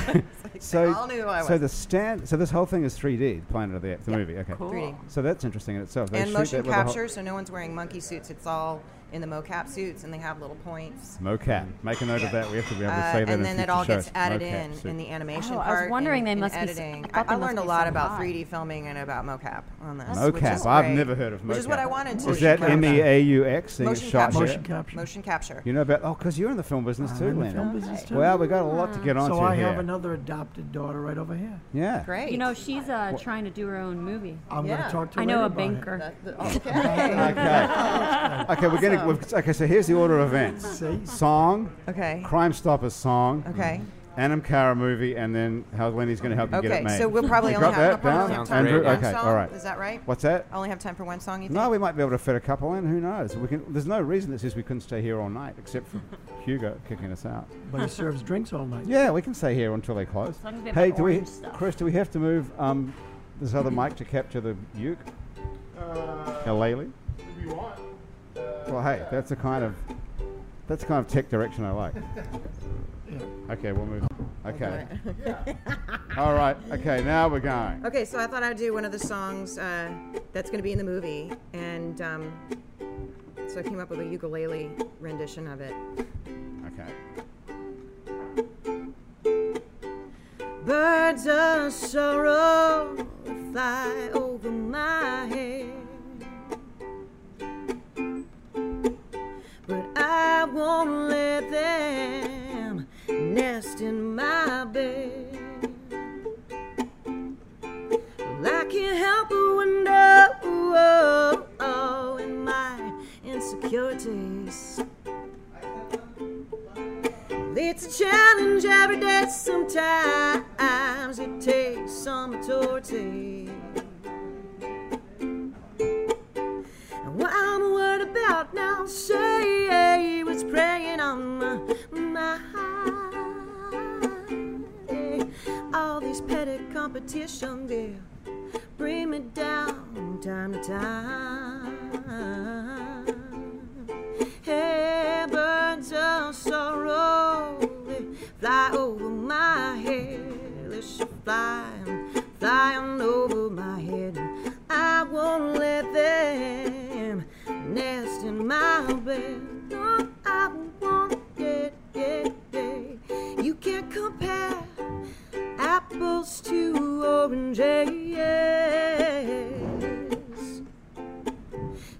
Speaker 1: So,
Speaker 2: they all knew who I was.
Speaker 1: so the stand. So this whole thing is 3D, Planet of the Apes, the
Speaker 2: Yeah.
Speaker 1: movie. Okay.
Speaker 3: Cool.
Speaker 2: 3D
Speaker 1: So that's interesting in itself. They
Speaker 2: and
Speaker 1: shoot
Speaker 2: motion
Speaker 1: that with a whole-
Speaker 2: capture, so no one's wearing monkey suits. It's all in the mocap suits, and they have little points.
Speaker 1: Mocap. Make a note of that. We have to be able to
Speaker 2: Uh,
Speaker 1: say that.
Speaker 2: and
Speaker 1: in
Speaker 2: then it
Speaker 1: future
Speaker 2: all gets
Speaker 1: shows.
Speaker 2: added
Speaker 1: Mocap
Speaker 2: in
Speaker 1: suit.
Speaker 2: in the animation
Speaker 3: Oh, I was
Speaker 2: part.
Speaker 3: wondering
Speaker 2: and,
Speaker 3: they
Speaker 2: in
Speaker 3: must be s-
Speaker 2: editing.
Speaker 3: I thought they
Speaker 2: I
Speaker 3: must
Speaker 2: learned a
Speaker 3: be
Speaker 2: lot
Speaker 3: so
Speaker 2: about
Speaker 3: high.
Speaker 2: 3D filming and about mocap on this. which is
Speaker 1: Mocap. I've
Speaker 2: great,
Speaker 1: never heard of mocap.
Speaker 2: Which is what I wanted to.
Speaker 1: Is that
Speaker 2: do.
Speaker 1: M E A U X? Seeing it's
Speaker 2: Motion
Speaker 1: shot
Speaker 2: capture.
Speaker 1: here?
Speaker 5: Motion capture.
Speaker 2: Motion capture.
Speaker 1: You know about? Oh, because you're in the film business
Speaker 5: I'm
Speaker 1: too,
Speaker 5: in the
Speaker 1: Lena.
Speaker 5: film business too.
Speaker 1: Well, we got a lot to get onto
Speaker 5: so I
Speaker 1: here.
Speaker 5: have another adopted adopted daughter right over here.
Speaker 1: Yeah.
Speaker 2: Great.
Speaker 3: You know, she's uh, trying to do her own movie.
Speaker 5: I'm
Speaker 2: Yeah.
Speaker 5: gonna talk to her.
Speaker 3: I know
Speaker 5: later
Speaker 3: a
Speaker 5: about it.
Speaker 3: banker.
Speaker 2: That- that- oh, okay.
Speaker 1: Okay. okay, we're gonna. We've, okay, so here's the order of events:
Speaker 5: See,
Speaker 1: song,
Speaker 2: okay.
Speaker 1: Crime Stoppers song,
Speaker 2: Okay.
Speaker 1: Anam Cara movie, and then how Lenny's gonna help you get it
Speaker 2: Okay.
Speaker 1: made.
Speaker 2: So we'll probably
Speaker 1: You
Speaker 2: only
Speaker 1: got
Speaker 2: have,
Speaker 1: that
Speaker 2: we'll probably
Speaker 1: down,
Speaker 2: only have time
Speaker 1: Andrew.
Speaker 2: for one
Speaker 1: Okay,
Speaker 2: song.
Speaker 1: all right.
Speaker 2: Is that right?
Speaker 1: What's that?
Speaker 2: I only have time for one song. You think?
Speaker 1: No, we might be able to fit a couple in. Who knows? We can. There's no reason that says we couldn't stay here all night, except for Hugo kicking us out.
Speaker 5: but he serves drinks all night.
Speaker 1: Yeah, we can stay here until they close.
Speaker 3: long as we have
Speaker 1: Hey,
Speaker 3: the
Speaker 1: do we,
Speaker 3: orange stuff.
Speaker 1: Chris? Do we have to move um, this other mic to capture the uke? Uh, Lely? Well, hey, that's the kind of that's the kind of tech direction I like. Okay, we'll move. Okay. All right. Okay, now we're going.
Speaker 2: Okay, so I thought I'd do one of the songs uh, that's going to be in the movie, and um, so I came up with a ukulele rendition of it.
Speaker 1: Okay.
Speaker 2: Birds of sorrow fly over my head. But I won't let them nest in my bed. Well, I can't help but wonder oh, oh, in my insecurities. It's a challenge every day. Sometimes it takes some maturity. And what I'm worried about now, say, was preying on my mind. All these petty competitions, they bring me down time to time. Hey, birds of sorrow, they fly over my head. They should fly and fly on over my head. I won't let them nest in my bed. No, I won't. Yeah, yeah, yeah. You can't compare apples to oranges.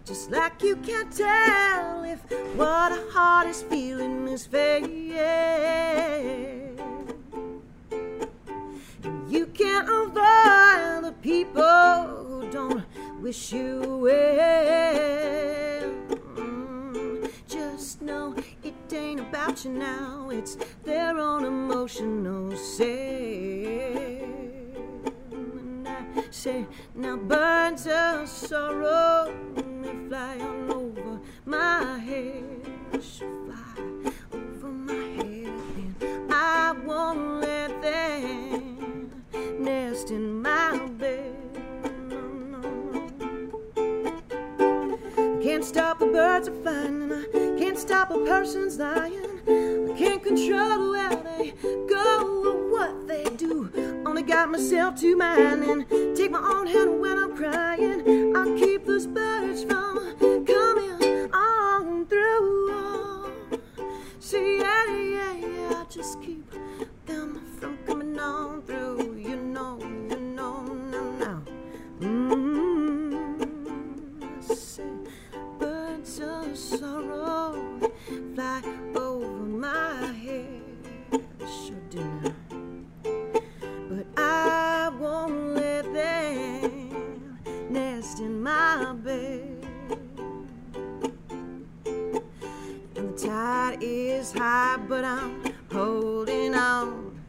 Speaker 2: Just like you can't tell if what a heart is feeling is fake. And you can't avoid the people who don't wish you well. Mm, Just know it ain't about you now, it's their own emotional self. And I say, now birds of sorrow may fly on over my head. Should fly over my head, and I won't let them nest in my bed. No, no, no. I can't stop a bird's of flying, and I can't stop a person's lying. I can't control where they go or what they do. Only got myself to mine and take my own hand when I'm crying. I'll keep those birds from coming on through. See, yeah, yeah, yeah, just keep them from coming on through. You know, you know, now, now. Mm-hmm. Mm, I say, birds of sorrow fly over my head. Sure do now. But I won't let them nest in my bed. And the tide is high, but I'm holding on.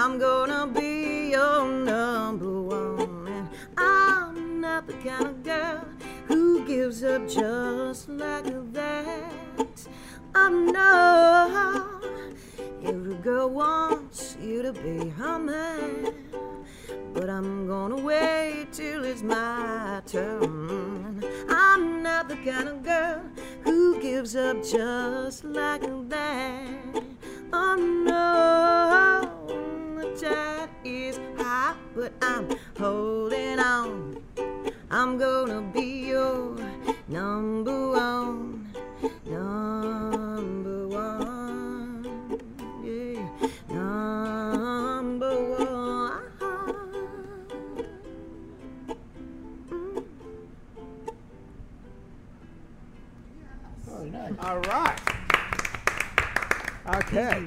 Speaker 2: I'm gonna be your number one. And I'm not the kind of girl who gives up just like that. I know every girl wants you to be her man. But I'm gonna wait till it's my turn. I'm not the kind of girl who gives up just like that. Oh no, the tide is high, but I'm holding on. I'm gonna be your number one, number one, yeah, number one.
Speaker 1: All right. Okay.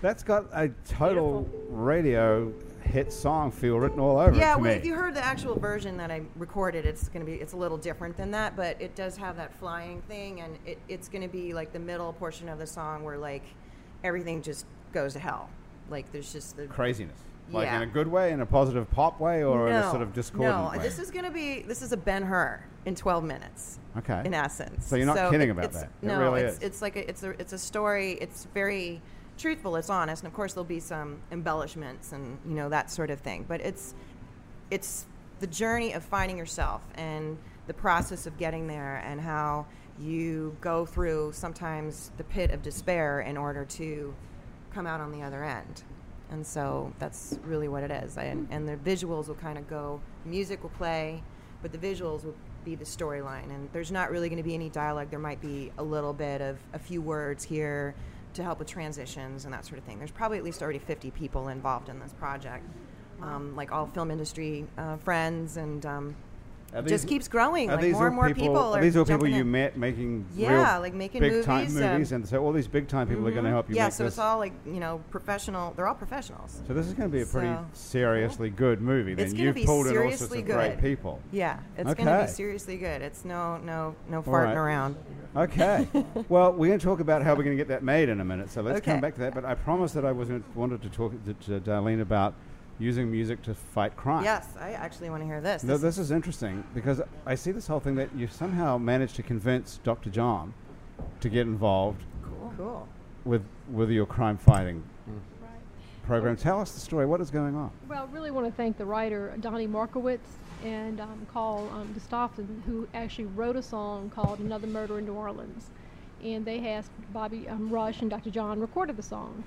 Speaker 1: That's got a total radio hit song feel written all over it
Speaker 2: Yeah,
Speaker 1: to
Speaker 2: well,
Speaker 1: me.
Speaker 2: if you heard the actual version that I recorded, it's going to be it's a little different than that, but it does have that flying thing, and it, it's going to be like the middle portion of the song where like everything just goes to hell. Like there's just the
Speaker 1: Craziness. Like
Speaker 2: Yeah.
Speaker 1: in a good way, in a positive pop way, or in a
Speaker 2: No,
Speaker 1: sort of discordant
Speaker 2: No,
Speaker 1: way.
Speaker 2: this is going to be this is a Ben Hur in 12 minutes.
Speaker 1: Okay.
Speaker 2: In essence.
Speaker 1: So you're not kidding about
Speaker 2: it's-
Speaker 1: that. It
Speaker 2: No,
Speaker 1: really
Speaker 2: it's,
Speaker 1: is.
Speaker 2: it's like a, it's a it's a story. It's very truthful. It's honest, and of course there'll be some embellishments and you know that sort of thing. But it's it's the journey of finding yourself and the process of getting there and how you go through sometimes the pit of despair in order to come out on the other end. And so that's really what it is. And, and the visuals will kind of go, music will play, but the visuals will be the storyline. And there's not really going to be any dialogue. There might be a little bit of a few words here to help with transitions and that sort of thing. There's probably at least already 50 people involved in this project, um, like all film industry uh, friends, and um,
Speaker 1: Are
Speaker 2: it just
Speaker 1: these-
Speaker 2: keeps growing.
Speaker 1: Are
Speaker 2: Like
Speaker 1: these
Speaker 2: more
Speaker 1: all
Speaker 2: and more people, are
Speaker 1: these all people
Speaker 2: jumping
Speaker 1: you
Speaker 2: in.
Speaker 1: met making
Speaker 2: Yeah,
Speaker 1: real
Speaker 2: like making
Speaker 1: big time
Speaker 2: movies, um,
Speaker 1: movies, and so all these big time people are going to help you.
Speaker 2: Yeah,
Speaker 1: make
Speaker 2: so
Speaker 1: this.
Speaker 2: it's all like you know professional. They're all professionals.
Speaker 1: So this is going to be a pretty
Speaker 2: So-
Speaker 1: seriously good movie. Then
Speaker 2: It's gonna
Speaker 1: you've
Speaker 2: be
Speaker 1: pulled in all sorts
Speaker 2: seriously
Speaker 1: of great
Speaker 2: good.
Speaker 1: people.
Speaker 2: Yeah, it's going to
Speaker 1: Okay.
Speaker 2: be seriously good. It's no no no farting
Speaker 1: right.
Speaker 2: around.
Speaker 1: Okay. well, we're going to talk about how we're going to get that made in a minute. So let's come
Speaker 2: Okay.
Speaker 1: back to that. But I promised that I was gonna, wanted to talk to, to Darlene about using music to fight crime.
Speaker 2: Yes, I actually want to hear this.
Speaker 1: No,
Speaker 2: This-
Speaker 1: this is interesting because I see this whole thing that you somehow managed to convince Dr. John to get involved
Speaker 2: cool.
Speaker 1: with with your crime fighting program. Tell us the story. What is going on?
Speaker 6: Well, I really want to thank the writer Donnie Markowitz and um, Carl um, Gustafson, who actually wrote a song called Another Murder in New Orleans. And they asked Bobby um, Rush and Dr. John recorded the song.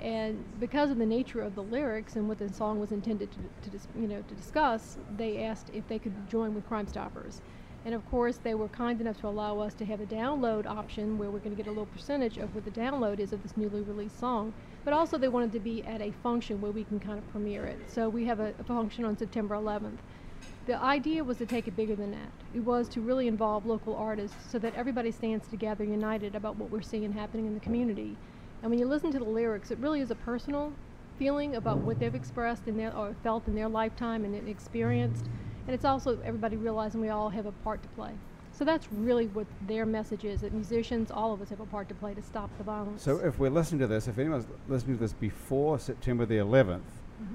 Speaker 6: And because of the nature of the lyrics and what the song was intended to, to dis- you know, to discuss, they asked if they could join with Crime Stoppers. And of course, they were kind enough to allow us to have a download option where we're going to get a little percentage of what the download is of this newly released song. But also, they wanted to be at a function where we can kind of premiere it. So we have a, a function on September 11th. The idea was to take it bigger than that. It was to really involve local artists so that everybody stands together, united about what we're seeing happening in the community. And when you listen to the lyrics, it really is a personal feeling about what they've expressed in their, or felt in their lifetime and then experienced. And it's also everybody realizing we all have a part to play. So that's really what their message is that musicians, all of us, have a part to play to stop the violence.
Speaker 1: So, if we're listening to this, if anyone's listening to this before September the 11th,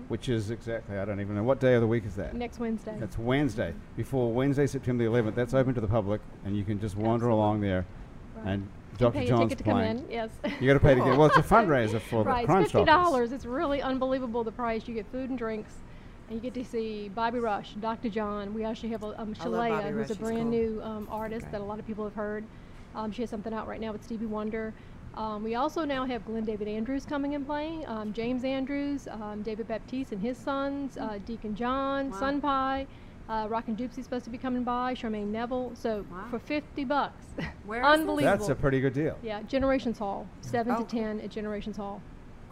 Speaker 1: which is exactly, I don't even know, what day of the week is that?
Speaker 6: Mm-hmm. next Wednesday.
Speaker 1: That's Wednesday. Before Wednesday, September the 11th, that's open to the public, and you can just wander along there.
Speaker 6: Right.
Speaker 1: And
Speaker 6: You
Speaker 1: Dr.
Speaker 6: pay a
Speaker 1: John's
Speaker 6: ticket to come
Speaker 1: playing.
Speaker 6: in. Yes.
Speaker 1: You got to pay to get. Well, it's a fundraiser for
Speaker 6: right,
Speaker 1: the
Speaker 6: it's
Speaker 1: Crime
Speaker 6: fifty
Speaker 1: Stoppers.
Speaker 6: dollars. It's really unbelievable the price. You get food and drinks, and you get to see Bobby Rush, Dr. John. We actually have a um,
Speaker 2: I love Bobby
Speaker 6: Shalea,
Speaker 2: Rush.
Speaker 6: who's a
Speaker 2: She's
Speaker 6: brand
Speaker 2: cool.
Speaker 6: new um, artist
Speaker 2: Okay.
Speaker 6: that a lot of people have heard. Um, she has something out right now with Stevie Wonder. Um, we also now have Glenn David Andrews coming and playing, um, James Andrews, um, David Baptiste and his sons, uh, Deacon John, Sun Pie, uh, Rockin' Gypsy's supposed to be coming by, Charmaine Neville. So
Speaker 3: Wow.
Speaker 6: for 50 bucks,
Speaker 3: Where is this?
Speaker 6: unbelievable.
Speaker 1: That's a pretty good deal.
Speaker 6: yeah, Generations Hall, 7
Speaker 2: Oh,
Speaker 6: to 10 at Generations Hall.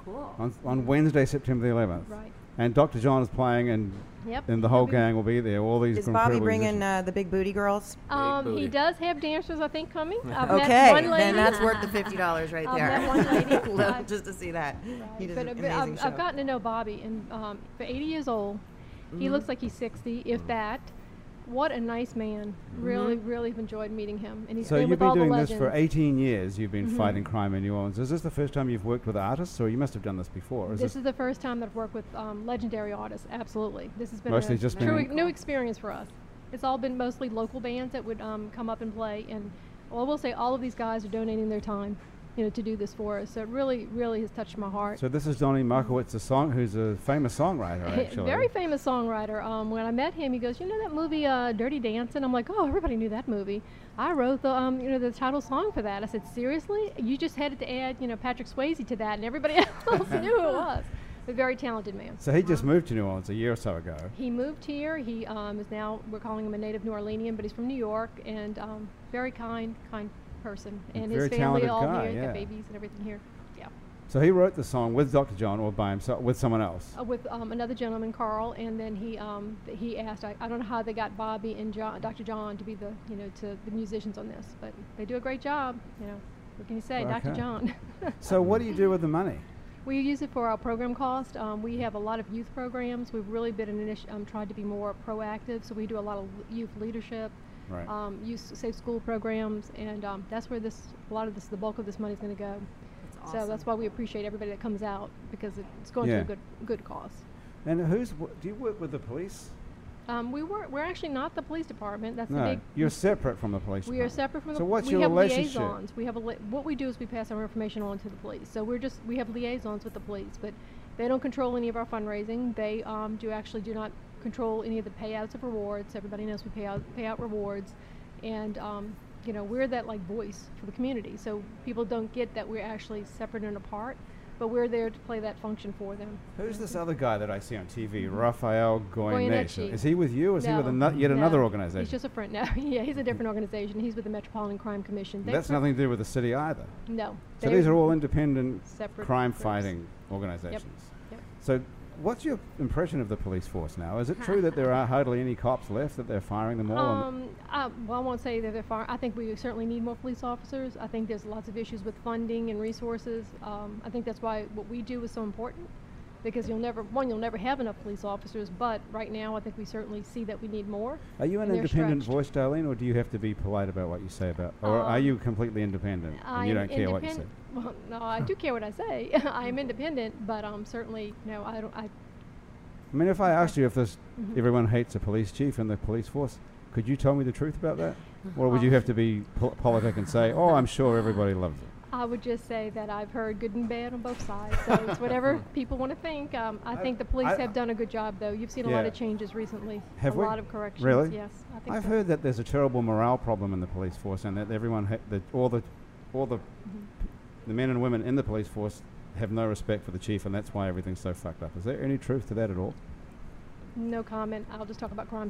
Speaker 3: Cool.
Speaker 1: On, on Wednesday, September the 11th.
Speaker 6: Right.
Speaker 1: And Dr. John is playing, and
Speaker 6: Yep.
Speaker 1: and the whole
Speaker 6: Bobby-
Speaker 1: gang will be there. All these
Speaker 2: Is Bobby
Speaker 1: incredible
Speaker 2: bringing
Speaker 1: musicians.
Speaker 2: uh, the big booty girls?
Speaker 6: Um,
Speaker 4: booty.
Speaker 6: he does have dancers, I think, coming. I've met
Speaker 2: Okay,
Speaker 6: one lady.
Speaker 2: then that's worth the fifty dollars right
Speaker 6: I've
Speaker 2: there.
Speaker 6: met one lady.
Speaker 2: Love
Speaker 6: I've-
Speaker 2: just to see that. He does
Speaker 6: But
Speaker 2: an
Speaker 6: I've- I've,
Speaker 2: amazing show.
Speaker 6: I've gotten to know Bobby, and um, for 80 years old, he looks like he's 60, if that. What a nice man! Really, really have enjoyed meeting him, and he's
Speaker 1: So
Speaker 6: been
Speaker 1: you've
Speaker 6: uh, with
Speaker 1: been
Speaker 6: all
Speaker 1: doing
Speaker 6: the
Speaker 1: this
Speaker 6: legends. Mm-hmm.
Speaker 1: for 18 years. You've been fighting crime in New Orleans. Is this the first time you've worked with artists, or you must have done this before? Is
Speaker 6: This is the first time that I've worked with um, legendary artists. Absolutely, this has been
Speaker 1: Mostly
Speaker 6: a
Speaker 1: just been
Speaker 6: true e,
Speaker 1: in-
Speaker 6: new experience for us. It's all been mostly local bands that would um, come up and play, and well, I will say all of these guys are donating their time, you know, to do this for us. So it really, really has touched my heart.
Speaker 1: so this is Donnie Markowitz, a song who's a famous songwriter,
Speaker 6: He-
Speaker 1: actually.
Speaker 6: Mm-hmm. Very famous songwriter. Um, when I met him, he goes, "You know that movie, uh, Dirty Dancing?" I'm like, "Oh, everybody knew that movie. I wrote the, um, you know, the title song for that." I said, "Seriously? You just had to add, you know, Patrick Swayze to that, and everybody else knew who it was." A very talented man.
Speaker 1: So he just moved to New Orleans a year or so ago.
Speaker 6: He moved here. He um, is now we're calling him a native New Orleanian, but he's from New York and um, very kind, kind person. And
Speaker 1: Very
Speaker 6: his family
Speaker 1: talented
Speaker 6: all
Speaker 1: guy,
Speaker 6: here,
Speaker 1: yeah.
Speaker 6: got babies and everything here. Yeah,
Speaker 1: So he wrote the song with Dr. John or by himself, with someone else.
Speaker 6: uh, with um, another gentleman, Carl, and then he um, th- he asked. I, I don't know how they got Bobby and John, Dr. John to be the you know to the musicians on this, but they do a great job. You know, what can you say, Dr.
Speaker 1: Okay.
Speaker 6: John?
Speaker 1: So what do you do with the money?
Speaker 6: We use it for our program cost. Um, we have a lot of youth programs. We've really been an initi- um, tried to be more proactive, so we do a lot of l- youth leadership,
Speaker 1: Right.
Speaker 6: um, youth safe school programs, and um, that's where this a lot of this the bulk of this money is going to go.
Speaker 3: That's
Speaker 6: So that's
Speaker 3: awesome.
Speaker 6: why we appreciate everybody that comes out because it- it's going to
Speaker 1: Yeah.
Speaker 6: a good good cause.
Speaker 1: And who's w- do you work with the police?
Speaker 6: Um, we were we're actually not the police department. That's the
Speaker 1: No,
Speaker 6: big
Speaker 1: you're separate from the police.
Speaker 6: We are
Speaker 1: department.
Speaker 6: separate from the.
Speaker 1: So what's
Speaker 6: we
Speaker 1: your
Speaker 6: have
Speaker 1: relationship?
Speaker 6: liaisons. We have a li- what we do is we pass our information on to the police. So we're just we have liaisons with the police, but they don't control any of our fundraising. They um, do actually do not control any of the payouts of rewards. Everybody knows we pay out pay out rewards, and um, you know we're that like voice for the community. So people don't get that we're actually separate and apart, but we're there to play that function for them.
Speaker 1: Who's this other guy that I see on TV? Rafael Goyeneche.
Speaker 6: Goyeneche.
Speaker 1: Is he with you? Or is he with
Speaker 6: Mm-hmm. No,
Speaker 1: ano- yet
Speaker 6: no.
Speaker 1: another
Speaker 6: He's
Speaker 1: organization?
Speaker 6: just a friend. No, yeah, he's a different organization. He's with the Metropolitan Crime Commission. They
Speaker 1: That's
Speaker 6: pre-
Speaker 1: nothing to do with the city either.
Speaker 6: No.
Speaker 1: So
Speaker 6: they're
Speaker 1: these are all independent
Speaker 6: separate groups.
Speaker 1: crime-fighting organizations.
Speaker 6: Yep.
Speaker 1: So, what's your impression of the police force now? Is it true that there are hardly any cops left? That they're firing them all? and-
Speaker 6: Um, I, well, I won't say that they're far. I think we certainly need more police officers. I think there's lots of issues with funding and resources. Um, I think that's why what we do is so important because you'll never, one, you'll never have enough police officers, but right now I think we certainly see that we need more.
Speaker 1: are you an
Speaker 6: and they're
Speaker 1: independent
Speaker 6: stretched.
Speaker 1: voice, Darlene, or do you have to be polite about what you say about, or are
Speaker 6: Um,
Speaker 1: you completely independent and you
Speaker 6: I'm
Speaker 1: don't care what you say?
Speaker 6: independ- Well, no, I do care what I say. I am independent, but um, certainly, no, I don't. I,
Speaker 1: I mean, if I asked you if this,
Speaker 6: Mm-hmm.
Speaker 1: everyone hates a police chief and the police force, could you tell me the truth about that? Or
Speaker 6: Oh.
Speaker 1: would you have to be pol- politic and say, oh, I'm sure everybody loves it?
Speaker 6: I would just say that I've heard good and bad on both sides. So it's whatever people want to think. Um, I, think the police
Speaker 1: I-
Speaker 6: have done a good job, though. You've seen a lot
Speaker 1: Yeah.
Speaker 6: of changes recently.
Speaker 1: Have
Speaker 6: a
Speaker 1: we?
Speaker 6: lot of corrections.
Speaker 1: Really?
Speaker 6: Yes. I think
Speaker 1: I've
Speaker 6: so.
Speaker 1: heard that there's a terrible morale problem in the police force, and that everyone, ha- that all the, all the,
Speaker 6: Mm-hmm.
Speaker 1: the men and women in the police force have no respect for the chief, and that's why everything's so fucked up. Is there any truth to that at all?
Speaker 6: No comment. I'll just talk about Crime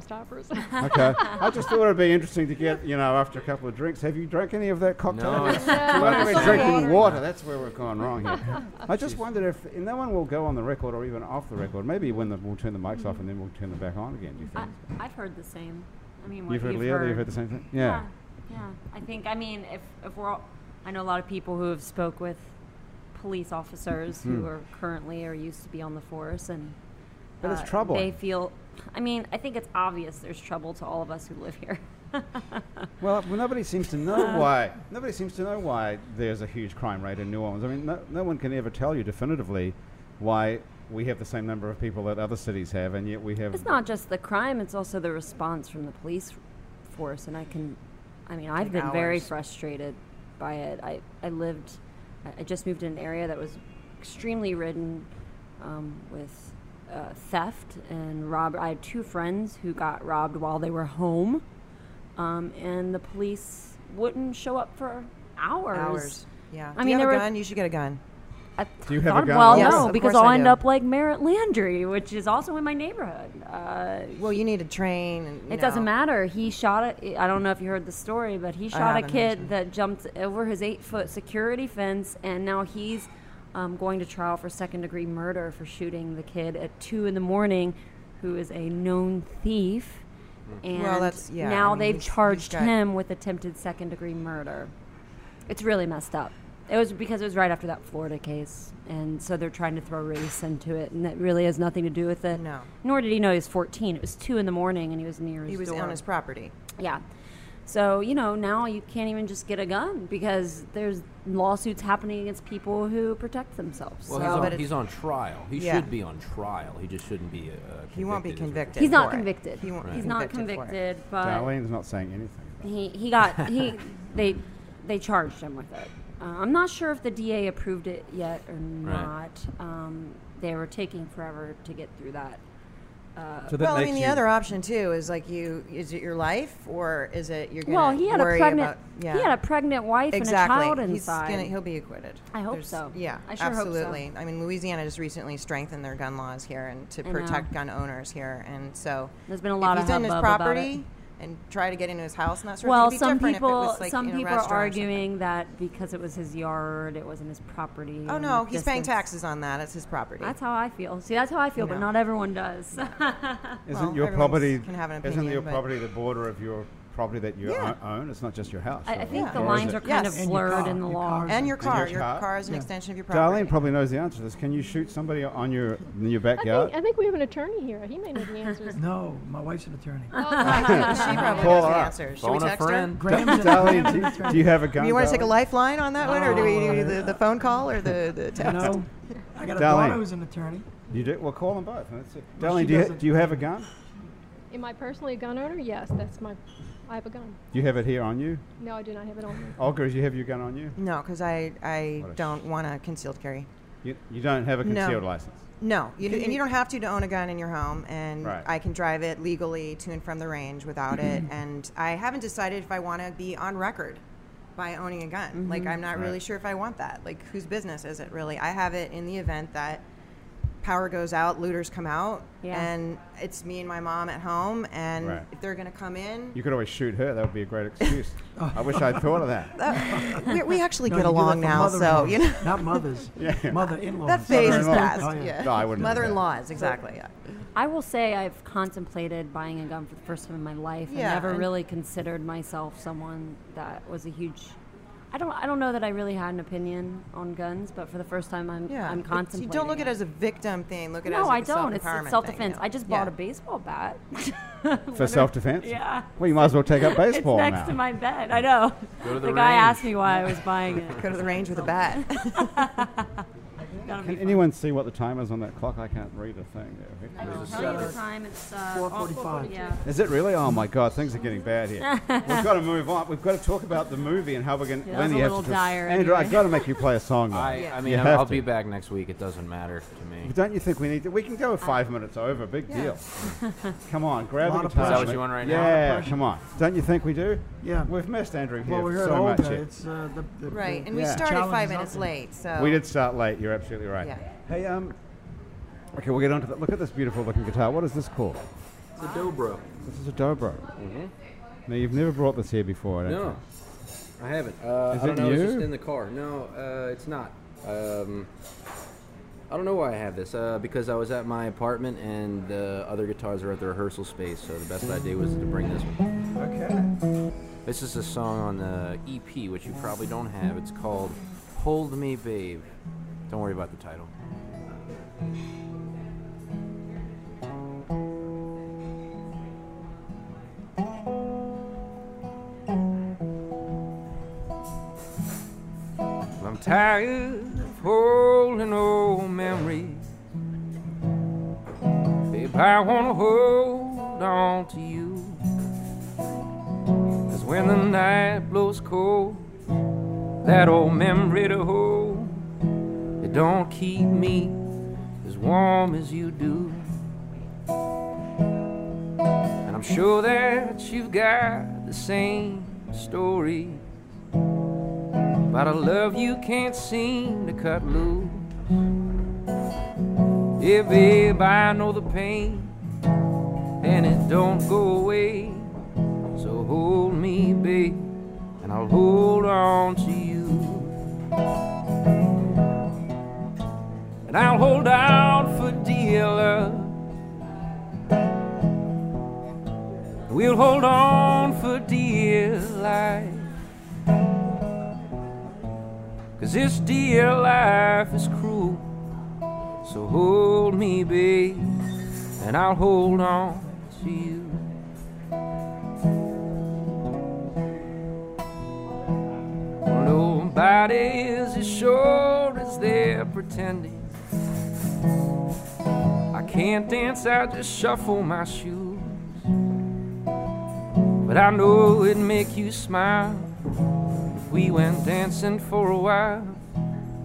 Speaker 6: Stoppers.
Speaker 1: okay, I just thought it'd be interesting to get, you know, after a couple of drinks. Have you drank any of that cocktail?
Speaker 4: No, it's
Speaker 1: Well,
Speaker 4: Well,
Speaker 1: we're
Speaker 4: it's
Speaker 1: drinking
Speaker 4: water.
Speaker 1: water. That's where we've gone wrong here. I just wondered if and no one will go on the record or even off the record. Maybe when the, we'll turn the mics off and then we'll turn them back on again. Do you
Speaker 3: I,
Speaker 1: think?
Speaker 3: I've heard the same. I mean, what
Speaker 1: you've heard, Leo. You've heard the same thing. Yeah.
Speaker 3: yeah. yeah. I think. I mean, if if we're all, I know a lot of people who have spoke with police officers
Speaker 1: Hmm.
Speaker 3: who are currently or used to be on the force, and
Speaker 1: But it's
Speaker 3: uh, They
Speaker 1: troubling.
Speaker 3: feel. I mean, I think it's obvious there's trouble to all of us who live here.
Speaker 1: Well, well, nobody seems to
Speaker 3: Uh.
Speaker 1: know why. Nobody seems to know why there's a huge crime rate in New Orleans. I mean, no, no one can ever tell you definitively why we have the same number of people that other cities have, and yet we have.
Speaker 3: It's not just the crime; it's also the response from the police force. And I can, I mean, I've
Speaker 2: Like
Speaker 3: been very
Speaker 2: hours.
Speaker 3: frustrated by it. I I lived, I- I just moved in an area that was extremely ridden um, with uh, theft and rob. I had two friends who got robbed while they were home, um, and the police wouldn't show up for hours.
Speaker 2: Hours. Yeah.
Speaker 3: I
Speaker 2: Do
Speaker 3: mean,
Speaker 2: you have
Speaker 3: there
Speaker 2: a
Speaker 3: were-
Speaker 2: gun? You should get a gun.
Speaker 3: I
Speaker 1: Do you have a
Speaker 3: thought-
Speaker 1: gun
Speaker 3: Well,
Speaker 1: also?
Speaker 2: Yes,
Speaker 3: no,
Speaker 2: of
Speaker 3: because
Speaker 2: course
Speaker 3: I'll
Speaker 2: I
Speaker 3: end
Speaker 2: do.
Speaker 3: up like Merritt Landry, which is also in my neighborhood. Uh,
Speaker 2: Well, you need to train. And, you
Speaker 3: it doesn't
Speaker 2: know.
Speaker 3: matter. He shot a, I don't know if you heard the story, but he shot a
Speaker 2: haven't,
Speaker 3: kid
Speaker 2: actually.
Speaker 3: that jumped over his eight foot security fence, and now he's um, going to trial for second degree murder for shooting the kid at two in the morning, who is a known thief. And
Speaker 2: Mm. that's- yeah,
Speaker 3: now
Speaker 2: I mean,
Speaker 3: they've
Speaker 2: he's- he's
Speaker 3: charged
Speaker 2: got-
Speaker 3: him with attempted second degree murder. It's really messed up. It was because it was right after that Florida case, and so they're trying to throw race into it, and that really has nothing to do with it.
Speaker 2: No.
Speaker 3: Nor did he know he was 14. It was two in the morning, and he was near his
Speaker 2: He was
Speaker 3: door.
Speaker 2: on his property.
Speaker 3: Yeah. So, you know, now you can't even just get a gun because there's lawsuits happening against people who protect themselves.
Speaker 4: Well,
Speaker 3: So-
Speaker 4: he's
Speaker 2: but
Speaker 4: on,
Speaker 2: it's-
Speaker 4: he's on trial. He
Speaker 2: Yeah.
Speaker 4: should be on trial. He just shouldn't be. Uh,
Speaker 2: He won't be
Speaker 4: is what you're
Speaker 2: convicted.
Speaker 4: saying.
Speaker 3: he's not
Speaker 2: for it.
Speaker 3: convicted.
Speaker 2: He won't be
Speaker 3: he's not
Speaker 2: convicted for
Speaker 3: convicted, but
Speaker 1: Darlene's not saying anything.
Speaker 3: he, he got he they they charged him with it. Uh, I'm not sure if the DA approved it yet or not. Um, they were taking forever to get through that.
Speaker 4: So that
Speaker 2: Well, I
Speaker 4: makes
Speaker 2: mean, the
Speaker 4: you-
Speaker 2: other option too is like you. Is it your life or is it you're gonna
Speaker 3: Well, he had a
Speaker 2: worry
Speaker 3: pregnant
Speaker 2: about- yeah.
Speaker 3: he had a pregnant wife
Speaker 2: exactly.
Speaker 3: and a child
Speaker 2: He's
Speaker 3: inside.
Speaker 2: gonna, he'll be acquitted.
Speaker 3: I hope so.
Speaker 2: Yeah,
Speaker 3: I sure hope so.
Speaker 2: absolutely. I mean, Louisiana just recently strengthened their gun laws here and to
Speaker 3: I
Speaker 2: protect gun owners here, and so
Speaker 3: There's been a lot
Speaker 2: if
Speaker 3: of
Speaker 2: he's in his
Speaker 3: hubbub about
Speaker 2: property
Speaker 3: it.
Speaker 2: and try to get into his house and that sort of
Speaker 3: Well,
Speaker 2: thing. it'd be
Speaker 3: some
Speaker 2: different if it
Speaker 3: people,
Speaker 2: was, like,
Speaker 3: some
Speaker 2: in a
Speaker 3: people are
Speaker 2: restaurant or something.
Speaker 3: arguing that because it was his yard, it wasn't his property.
Speaker 2: Oh
Speaker 3: and
Speaker 2: no, he's paying
Speaker 3: distance.
Speaker 2: taxes on that. It's his property.
Speaker 3: That's how I feel. See, that's how I feel, but
Speaker 2: No.
Speaker 3: not everyone does.
Speaker 1: Isn't
Speaker 2: Well,
Speaker 1: your
Speaker 2: everyone's
Speaker 1: property?
Speaker 2: can have an
Speaker 1: isn't
Speaker 2: opinion,
Speaker 1: your
Speaker 2: but-
Speaker 1: property the border of your property that you
Speaker 2: Yeah.
Speaker 1: o- own. It's not just your house.
Speaker 3: I, I
Speaker 1: right?
Speaker 3: think the
Speaker 1: Or is
Speaker 3: lines
Speaker 1: it?
Speaker 3: are kind
Speaker 2: Yes.
Speaker 3: of
Speaker 2: And
Speaker 5: your
Speaker 3: blurred
Speaker 5: car,
Speaker 3: in the
Speaker 5: your
Speaker 3: law.
Speaker 5: car.
Speaker 2: And your car.
Speaker 1: your
Speaker 2: Your
Speaker 1: car.
Speaker 2: car is an
Speaker 5: Yeah.
Speaker 2: extension of your property.
Speaker 1: Darlene probably knows the answer to this. Can you shoot somebody on your in your
Speaker 6: I think,
Speaker 1: backyard?
Speaker 6: I think we have an attorney here. He may know the answers. Oh,
Speaker 5: No, my wife's an attorney.
Speaker 2: Uh, she probably
Speaker 1: Call
Speaker 2: knows
Speaker 1: her
Speaker 2: the
Speaker 1: up.
Speaker 2: answer. Should we
Speaker 4: Phone a
Speaker 2: text her?
Speaker 4: friend.
Speaker 5: Graham's an-
Speaker 1: Darlene,
Speaker 5: Graham's
Speaker 1: do
Speaker 5: an
Speaker 1: you,
Speaker 5: attorney.
Speaker 1: do you have a gun?
Speaker 2: Do you want to take a
Speaker 1: Darlene?
Speaker 2: lifeline on that one, or do we do the, the phone call or the, the
Speaker 5: You
Speaker 2: text?
Speaker 5: know, I got
Speaker 1: Darlene.
Speaker 5: a daughter who's an attorney.
Speaker 1: You do. Well, call them both. That's it.
Speaker 5: Well, she
Speaker 1: Darlene, do you,
Speaker 5: doesn't-
Speaker 1: do you have a gun?
Speaker 6: Am I personally a gun owner? Yes, that's my. I have a gun.
Speaker 1: Do you have it here on you?
Speaker 6: No, I do not have it on me.
Speaker 1: Olga, do you have your gun on you?
Speaker 2: No, because I, I
Speaker 1: What a
Speaker 2: don't want a concealed carry.
Speaker 1: You, you don't have a
Speaker 2: No.
Speaker 1: concealed license.
Speaker 2: No, you,
Speaker 5: Can
Speaker 2: and
Speaker 5: you-
Speaker 2: you don't have to to own a gun in your home, and
Speaker 1: Right.
Speaker 2: I can drive it legally to and from the range without it. And I haven't decided if I want to be on record by owning a gun. Like I'm not really
Speaker 1: Right.
Speaker 2: sure if I want that. Like whose business is it really? I have it in the event that power goes out, looters come out,
Speaker 3: Yeah.
Speaker 2: and it's me and my mom at home. And
Speaker 1: Right.
Speaker 2: if they're gonna come in,
Speaker 1: You could always shoot her. That would be a great excuse. I wish I'd thought of that.
Speaker 2: we, we actually
Speaker 5: No, you
Speaker 2: get
Speaker 5: do that
Speaker 2: along
Speaker 5: for
Speaker 2: now, so
Speaker 5: mother-in-laws,
Speaker 2: you know.
Speaker 5: Not mothers.
Speaker 1: Yeah.
Speaker 5: Mother-in-laws.
Speaker 2: That phase is
Speaker 1: Mother-in-law.
Speaker 2: past.
Speaker 5: Oh, yeah.
Speaker 2: yeah.
Speaker 1: No, I wouldn't do that.
Speaker 2: Mother-in-laws, exactly. Yeah.
Speaker 3: I will say I've contemplated buying a gun for the first time in my life.
Speaker 2: Yeah,
Speaker 3: I never
Speaker 2: and-
Speaker 3: really considered myself someone that was a huge. I don't. I don't know that I really had an opinion on guns, but for the first time, I'm.
Speaker 2: Yeah,
Speaker 3: I'm
Speaker 2: It's-
Speaker 3: contemplating.
Speaker 2: You don't look at it as a victim thing. Look at it
Speaker 3: No,
Speaker 2: as
Speaker 3: I
Speaker 2: like a
Speaker 3: don't. It's,
Speaker 2: self-empowerment
Speaker 3: it's
Speaker 2: thing,
Speaker 3: self-defense.
Speaker 2: yeah.
Speaker 3: I just bought
Speaker 2: Yeah.
Speaker 3: a baseball bat.
Speaker 1: For self-defense.
Speaker 3: Yeah.
Speaker 1: Well, you might as well take up
Speaker 3: It's
Speaker 1: baseball
Speaker 3: next
Speaker 1: now.
Speaker 3: to my bed. I know.
Speaker 4: Go to the
Speaker 3: the guy
Speaker 4: range.
Speaker 3: asked me why I was buying it.
Speaker 2: Go to the range with a bat.
Speaker 3: Gotta be
Speaker 1: Can anyone see what the time is on that clock? I can't read a thing. There.
Speaker 3: I'll
Speaker 4: There's a
Speaker 3: tell you
Speaker 5: set.
Speaker 3: the time. It's uh,
Speaker 5: 4:45.
Speaker 3: oh, Yeah.
Speaker 1: Is it really? Oh my God, things are getting bad here. We've got to move on. We've got to talk about the movie and how we're going.
Speaker 3: Yeah, that
Speaker 1: when
Speaker 3: was
Speaker 1: do
Speaker 3: a
Speaker 1: you have
Speaker 3: little
Speaker 1: to-
Speaker 3: dire
Speaker 1: Andrew, I've
Speaker 3: anyway.
Speaker 1: got to make you play a song. Though.
Speaker 4: I,
Speaker 2: Yeah.
Speaker 4: I
Speaker 1: You
Speaker 4: mean,
Speaker 1: have
Speaker 4: I'll, I'll
Speaker 1: to.
Speaker 4: be back next week. It doesn't matter to me.
Speaker 1: But
Speaker 4: Is
Speaker 1: Don't you think we need to? We can go with five minutes over. Big deal. come on, grab
Speaker 5: A lot
Speaker 1: the
Speaker 5: of
Speaker 1: guitar.
Speaker 5: pressure.
Speaker 4: that what you want right now?
Speaker 1: yeah, come on. Don't you think we do?
Speaker 5: Yeah.
Speaker 1: We've missed Andrew here
Speaker 5: Well, we heard
Speaker 1: so much.
Speaker 5: Olga.
Speaker 1: here.
Speaker 5: It's uh, the, the
Speaker 2: right,
Speaker 5: the-
Speaker 2: and we
Speaker 1: Yeah.
Speaker 2: started
Speaker 5: Challenge
Speaker 2: five
Speaker 5: is
Speaker 2: minutes
Speaker 5: open.
Speaker 2: late, so
Speaker 1: We did start late. You're absolutely right.
Speaker 2: Yeah.
Speaker 1: Hey, um, okay, we'll get onto that. Look at this beautiful looking guitar. What is this called?
Speaker 4: the dobro?
Speaker 1: This is a dobro. Mm-hmm. Now you've never brought this here before. I don't
Speaker 4: No, I haven't. Uh,
Speaker 1: Is
Speaker 4: I don't
Speaker 1: it
Speaker 4: know. It's
Speaker 1: you?
Speaker 4: just in the car. No, uh, it's not. Um, I don't know why I have this. Uh, because I was at my apartment and the other guitars are at the rehearsal space. So the best idea was to bring this one.
Speaker 1: Think. Okay.
Speaker 4: This is a song on the EP, which you probably don't have. It's called "Hold Me, Babe." Don't worry about the title. I'm tired of holding old memories. Babe, I wanna hold on to you. Cause when the night blows cold, that old memory to hold, it don't keep me as warm as you do. And I'm sure that you've got the same story about a love you can't seem to cut loose. Yeah, babe, I know the pain, and it don't go away. So hold me, babe, and I'll hold on to you. And I'll hold out for dear love. We'll hold on for dear life. Cause this dear life is cruel. So hold me, babe, and I'll hold on to you. Nobody is as sure as they're pretending. I can't dance, I just shuffle my shoes. But I know it'd make you smile if we went dancing for a while.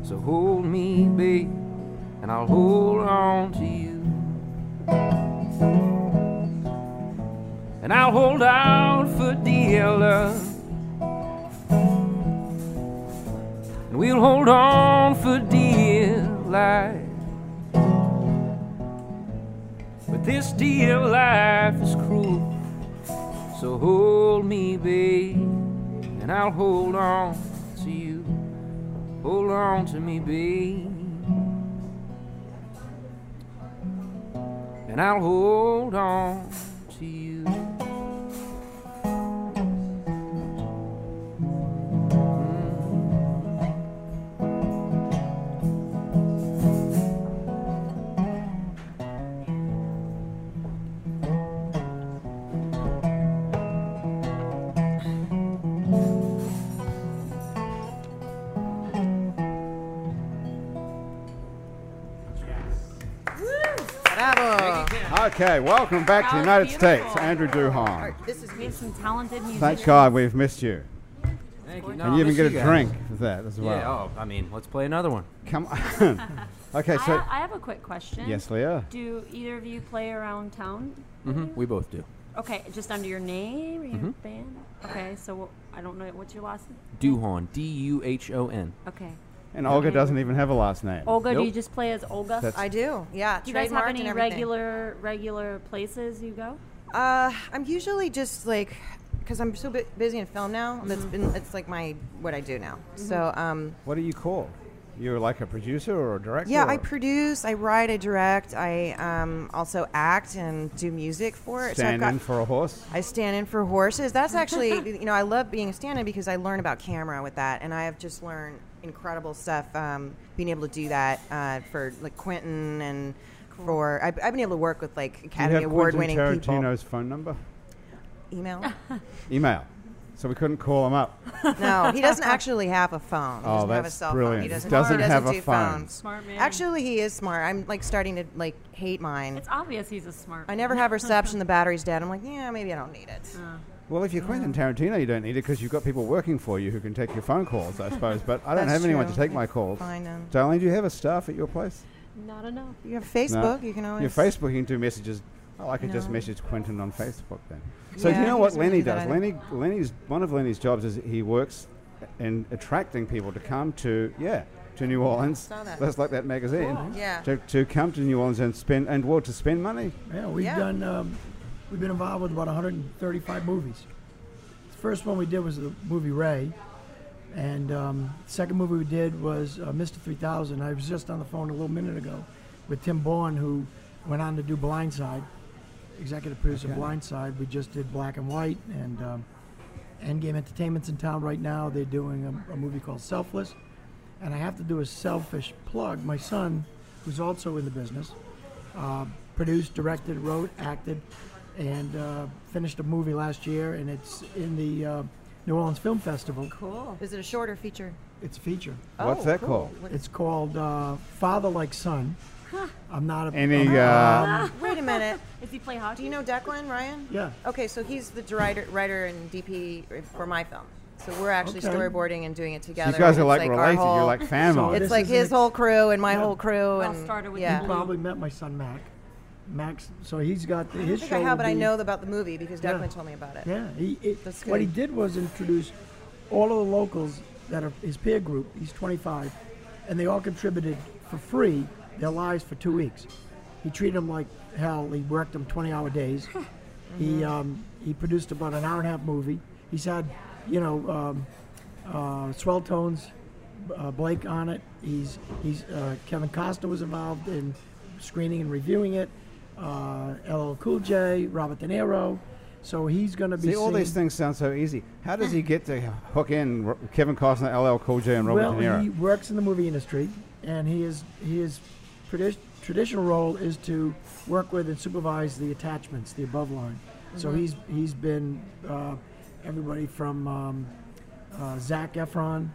Speaker 4: So hold me, babe, and I'll hold on to you. And I'll hold out for dear love. And we'll hold on for dear life. But this dear life is cruel. So hold me, babe, and I'll hold on to you. Hold on to me, babe. And I'll hold on to you.
Speaker 1: Okay, welcome back to
Speaker 7: That was
Speaker 1: the United States,
Speaker 7: beautiful.
Speaker 1: Andrew
Speaker 2: All
Speaker 1: Duhon.
Speaker 2: right, this is
Speaker 7: We have some talented musicians.
Speaker 1: Thank God we've missed you.
Speaker 4: Thank you. No,
Speaker 1: And
Speaker 4: I
Speaker 1: you even
Speaker 4: Oh, miss
Speaker 1: get a
Speaker 4: guys.
Speaker 1: drink for that as
Speaker 4: Yeah.
Speaker 1: well.
Speaker 4: Oh, I mean, let's play another one.
Speaker 1: Come on. okay,
Speaker 3: I,
Speaker 1: so.
Speaker 3: ha- I have a quick question.
Speaker 1: Yes, Leah.
Speaker 3: Do either of you play around town?
Speaker 4: hmm We both do.
Speaker 3: Okay, just under your name or your
Speaker 1: Mm-hmm.
Speaker 3: band? Okay, so wh- I don't know. What's your last name?
Speaker 4: Duhon. D U H O N.
Speaker 3: Okay.
Speaker 1: And Olga doesn't even have a last name.
Speaker 3: Olga, do you
Speaker 4: Nope.
Speaker 3: just play as Olga?
Speaker 1: That's-
Speaker 2: I do. Yeah.
Speaker 3: do you guys have
Speaker 2: trademarked
Speaker 3: any
Speaker 2: and everything.
Speaker 3: regular regular places you go?
Speaker 2: Uh, I'm usually just like, because I'm so bu- busy in film now.
Speaker 3: Mm-hmm.
Speaker 2: That's been it's like my what I do now. So um,
Speaker 1: What are you called? You're like a producer or a director?
Speaker 2: yeah, I
Speaker 1: or-
Speaker 2: produce, I write, I direct, I um, also act and do music for it.
Speaker 1: Stand
Speaker 2: so I've got,
Speaker 1: in for a horse?
Speaker 2: I stand in for horses. That's actually, you know, I love being a stand in because I learn about camera with that. And I have just learned incredible stuff um, being able to do that uh, for like Quentin and for, I've, I've been able to work with like
Speaker 1: Do you
Speaker 2: Academy
Speaker 1: have
Speaker 2: Award
Speaker 1: Quentin
Speaker 2: winning
Speaker 1: Tarantino's phone number?
Speaker 2: people. Email?
Speaker 1: Email. So we couldn't call him up.
Speaker 2: no, he doesn't actually have a phone. He
Speaker 1: Oh,
Speaker 2: doesn't have a
Speaker 1: that's
Speaker 2: cell phone.
Speaker 1: brilliant.
Speaker 2: He doesn't,
Speaker 1: Doesn't
Speaker 2: he doesn't
Speaker 1: have a
Speaker 2: do
Speaker 1: phone.
Speaker 2: phones.
Speaker 3: Smart man.
Speaker 2: Actually, he is smart. I'm like starting to like hate mine.
Speaker 3: It's obvious he's a smart.
Speaker 2: I never have reception. The battery's dead. I'm like, yeah, maybe I don't need it.
Speaker 1: Well, if you're Quentin Tarantino, you don't need it because you've got people working for you who can take your phone calls, I suppose. But I don't
Speaker 2: That's
Speaker 1: have anyone to
Speaker 2: true.
Speaker 1: take my calls.
Speaker 2: Fine. Um,
Speaker 1: Darling, do you have a staff at your place?
Speaker 6: Not enough.
Speaker 2: you have
Speaker 1: No.
Speaker 2: Facebook. You can always
Speaker 1: Your Facebook, you can do messages. Oh, I could just
Speaker 2: No.
Speaker 1: message Quentin on Facebook then. So do
Speaker 2: Yeah,
Speaker 1: you know
Speaker 2: he
Speaker 1: what
Speaker 2: doesn't really
Speaker 1: Lenny
Speaker 2: do that
Speaker 1: does?
Speaker 2: either.
Speaker 1: Lenny, Lenny's one of Lenny's jobs is he works in attracting people to come to yeah to New Orleans.
Speaker 2: Saw that.
Speaker 1: That's like that magazine.
Speaker 2: Yeah.
Speaker 1: To, to come to New Orleans and spend and well to spend money.
Speaker 5: Yeah, we've
Speaker 2: Yeah.
Speaker 5: done. Um, we've been involved with about 135 movies. The first one we did was the movie Ray, and um, the second movie we did was uh, Mr. 3000. I was just on the phone a little minute ago with Tim Bourne, who went on to do Blindside, executive producer of Blindside. We just did Black and White, and um, Endgame Entertainment's in town right now. They're doing a, a movie called Selfless, and I have to do a selfish plug. My son, who's also in the business produced, directed, wrote, acted, and uh, finished a movie last year, and it's in the uh, New Orleans Film Festival.
Speaker 3: Cool.
Speaker 2: Is it a shorter feature? Oh,
Speaker 5: It's a feature.
Speaker 1: What's that called?
Speaker 2: What-
Speaker 5: It's called uh, Father Like Son. I'm not a.
Speaker 1: Any
Speaker 5: I'm-
Speaker 1: uh,
Speaker 2: Wait a minute.
Speaker 3: Does he play
Speaker 2: Do
Speaker 3: hockey?
Speaker 2: you know Declan Ryan?
Speaker 5: Yeah.
Speaker 2: Okay, so he's the writer, writer and DP for my film. So we're actually
Speaker 5: Okay.
Speaker 2: storyboarding and doing it together.
Speaker 1: you guys
Speaker 2: It's
Speaker 1: are like,
Speaker 2: our
Speaker 1: related. You're
Speaker 2: whole-
Speaker 1: like family.
Speaker 5: This
Speaker 2: It's like
Speaker 5: is an
Speaker 2: his
Speaker 5: ex-
Speaker 2: whole crew and my
Speaker 5: Yeah.
Speaker 2: whole crew.
Speaker 3: all
Speaker 2: and
Speaker 3: started with
Speaker 2: yeah.
Speaker 3: the
Speaker 5: You probably met my son Mac. Max. So he's got the,
Speaker 2: I don't
Speaker 5: his
Speaker 2: think
Speaker 5: show.
Speaker 2: I have,
Speaker 5: will
Speaker 2: but I
Speaker 5: be-
Speaker 2: know about the movie because
Speaker 5: Yeah.
Speaker 2: Declan told me about it.
Speaker 5: Yeah, he, it,
Speaker 2: That's
Speaker 5: what he
Speaker 2: good.
Speaker 5: did was introduce all of the locals that are his peer group. He's 25, and they all contributed for free their lives for two weeks. He treated them like hell. He worked them 20-hour days. He um, he produced about an hour and a half movie. He's had, you know, um, uh, Swell Tones, uh, Blake on it. He's he's uh, Kevin Costa was involved in screening and reviewing it. Uh, LL Cool J, Robert De Niro. So he's going to be
Speaker 1: See, all these
Speaker 5: singing-
Speaker 1: things sound so easy. How does he get to hook in R- Kevin Costner, LL Cool J, and Robert
Speaker 5: well,
Speaker 1: De Niro?
Speaker 5: he works in the movie industry, and he is he is tradi- traditional role is to work with and supervise the attachments, the above line. So he's he's been uh, everybody from um, uh, Zach Efron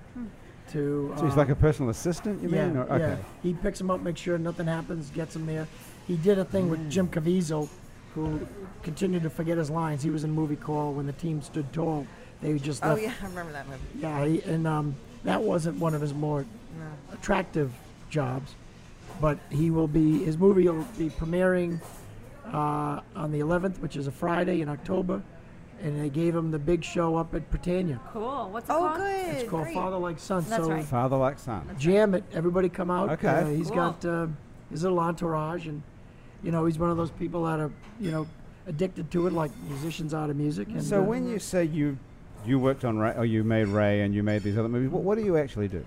Speaker 5: to
Speaker 1: so he's
Speaker 5: um,
Speaker 1: like a personal assistant, you
Speaker 5: yeah,
Speaker 1: mean? Or, okay.
Speaker 5: yeah. He picks them up, makes sure nothing happens, gets them there. He did a thing
Speaker 1: Mm.
Speaker 5: with Jim Caviezel, who continued to forget his lines. He was in a movie called When the Team Stood Tall. They just
Speaker 2: Oh
Speaker 5: left
Speaker 2: yeah, I remember that movie.
Speaker 5: yeah, he, and um, that wasn't one of his more attractive jobs, but he will be his movie will be premiering uh, on the 11th, which is a Friday in October, and they gave him the big show up at Britannia.
Speaker 3: Cool. What's it
Speaker 2: Oh
Speaker 3: called?
Speaker 2: good.
Speaker 5: It's called
Speaker 2: Great.
Speaker 5: Father Like Son.
Speaker 3: That's
Speaker 5: so
Speaker 3: right.
Speaker 1: Father like son.
Speaker 5: jam it, everybody come out.
Speaker 1: Okay.
Speaker 5: Uh, he's
Speaker 3: Cool.
Speaker 5: got uh, his little entourage, and you know he's one of those people that are you know addicted to it, like musicians are to music. And,
Speaker 1: So
Speaker 5: uh,
Speaker 1: when you say you you worked on Ray, or you made Ray and you made these other movies, what, what do you actually do?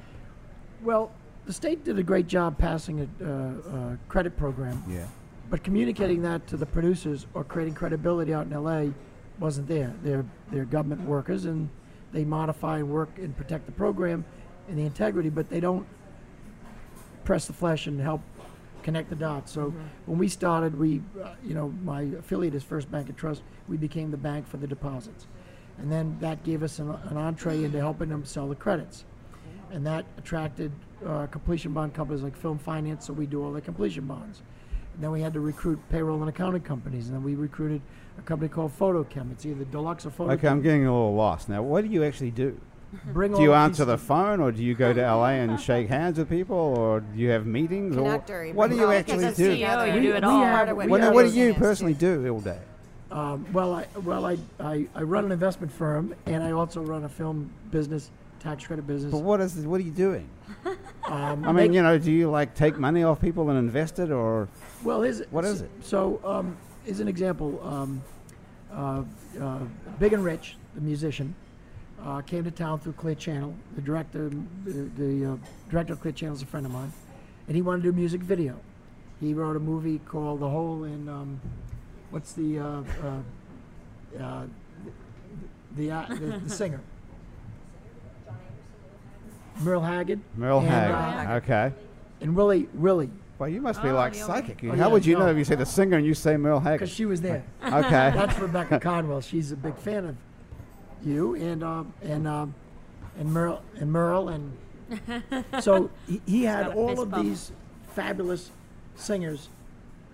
Speaker 5: well, the state did a great job passing a, uh, uh credit program.
Speaker 1: Yeah.
Speaker 5: But communicating that to the producers or creating credibility out in LA wasn't there. They're, they're government workers and they modify and work and protect the program and the integrity, but they don't press the flesh and help connect the dots. So when we started, we, uh, you know, my affiliate is First Bank and Trust. We became the bank for the deposits. And then that gave us an, an entree into helping them sell the credits and that attracted uh, completion bond companies like Film Finance, so we do all the completion bonds. And then we had to recruit payroll and accounting companies, and then we recruited a company called Photochem. It's either Deluxe or Photochem.
Speaker 1: Okay, I'm getting a little lost now. What do you actually do?
Speaker 5: Bring all
Speaker 1: Do you
Speaker 5: of
Speaker 1: answer the
Speaker 5: these-
Speaker 1: phone, or do you go to LA and shake hands with people, or do you have meetings, or
Speaker 2: Conductor,
Speaker 1: what do
Speaker 2: brings
Speaker 1: you
Speaker 2: all the
Speaker 1: actually
Speaker 2: pieces
Speaker 3: do? CEO,
Speaker 2: together.
Speaker 3: E you
Speaker 2: We-
Speaker 3: do it
Speaker 2: we
Speaker 3: all.
Speaker 2: have-
Speaker 5: What-
Speaker 2: we
Speaker 1: Well,
Speaker 2: have
Speaker 1: now, what do
Speaker 2: those
Speaker 1: you
Speaker 2: things.
Speaker 1: personally do all day?
Speaker 5: Um, well, I well I, I I run an investment firm, and I also run a film business, tax credit business.
Speaker 1: But what is what are you doing?
Speaker 5: Um,
Speaker 1: I mean, you know, do you like take money off people and invest it, or
Speaker 5: Well, is it?
Speaker 1: What is
Speaker 5: s-
Speaker 1: it?
Speaker 5: So, um, is an example. Um, uh, uh, Big and Rich, the musician, uh, came to town through Clear Channel. The director, the, the uh, director of Clear Channel is a friend of mine, and he wanted to do a music video. He wrote a movie called The Hole in, um, what's the, uh, uh, uh, the, uh, the, the singer. Merle Haggard.
Speaker 1: Merle
Speaker 5: and,
Speaker 1: Haggard?
Speaker 5: uh,
Speaker 1: Okay.
Speaker 5: and Willie, Willie,
Speaker 1: Well, you must be
Speaker 3: Oh,
Speaker 1: like
Speaker 3: yeah, okay.
Speaker 1: psychic. You-
Speaker 5: Oh,
Speaker 1: How
Speaker 5: yeah,
Speaker 1: would you
Speaker 5: no.
Speaker 1: know if you say the singer and you say Merle Haggard?
Speaker 5: because she was there.
Speaker 1: Okay.
Speaker 5: That's Rebecca Conwell. She's a big fan of you and um, and um, and Merle and Merle and so he, he had
Speaker 3: got a
Speaker 5: all
Speaker 3: fist
Speaker 5: of
Speaker 3: bump.
Speaker 5: these fabulous singers.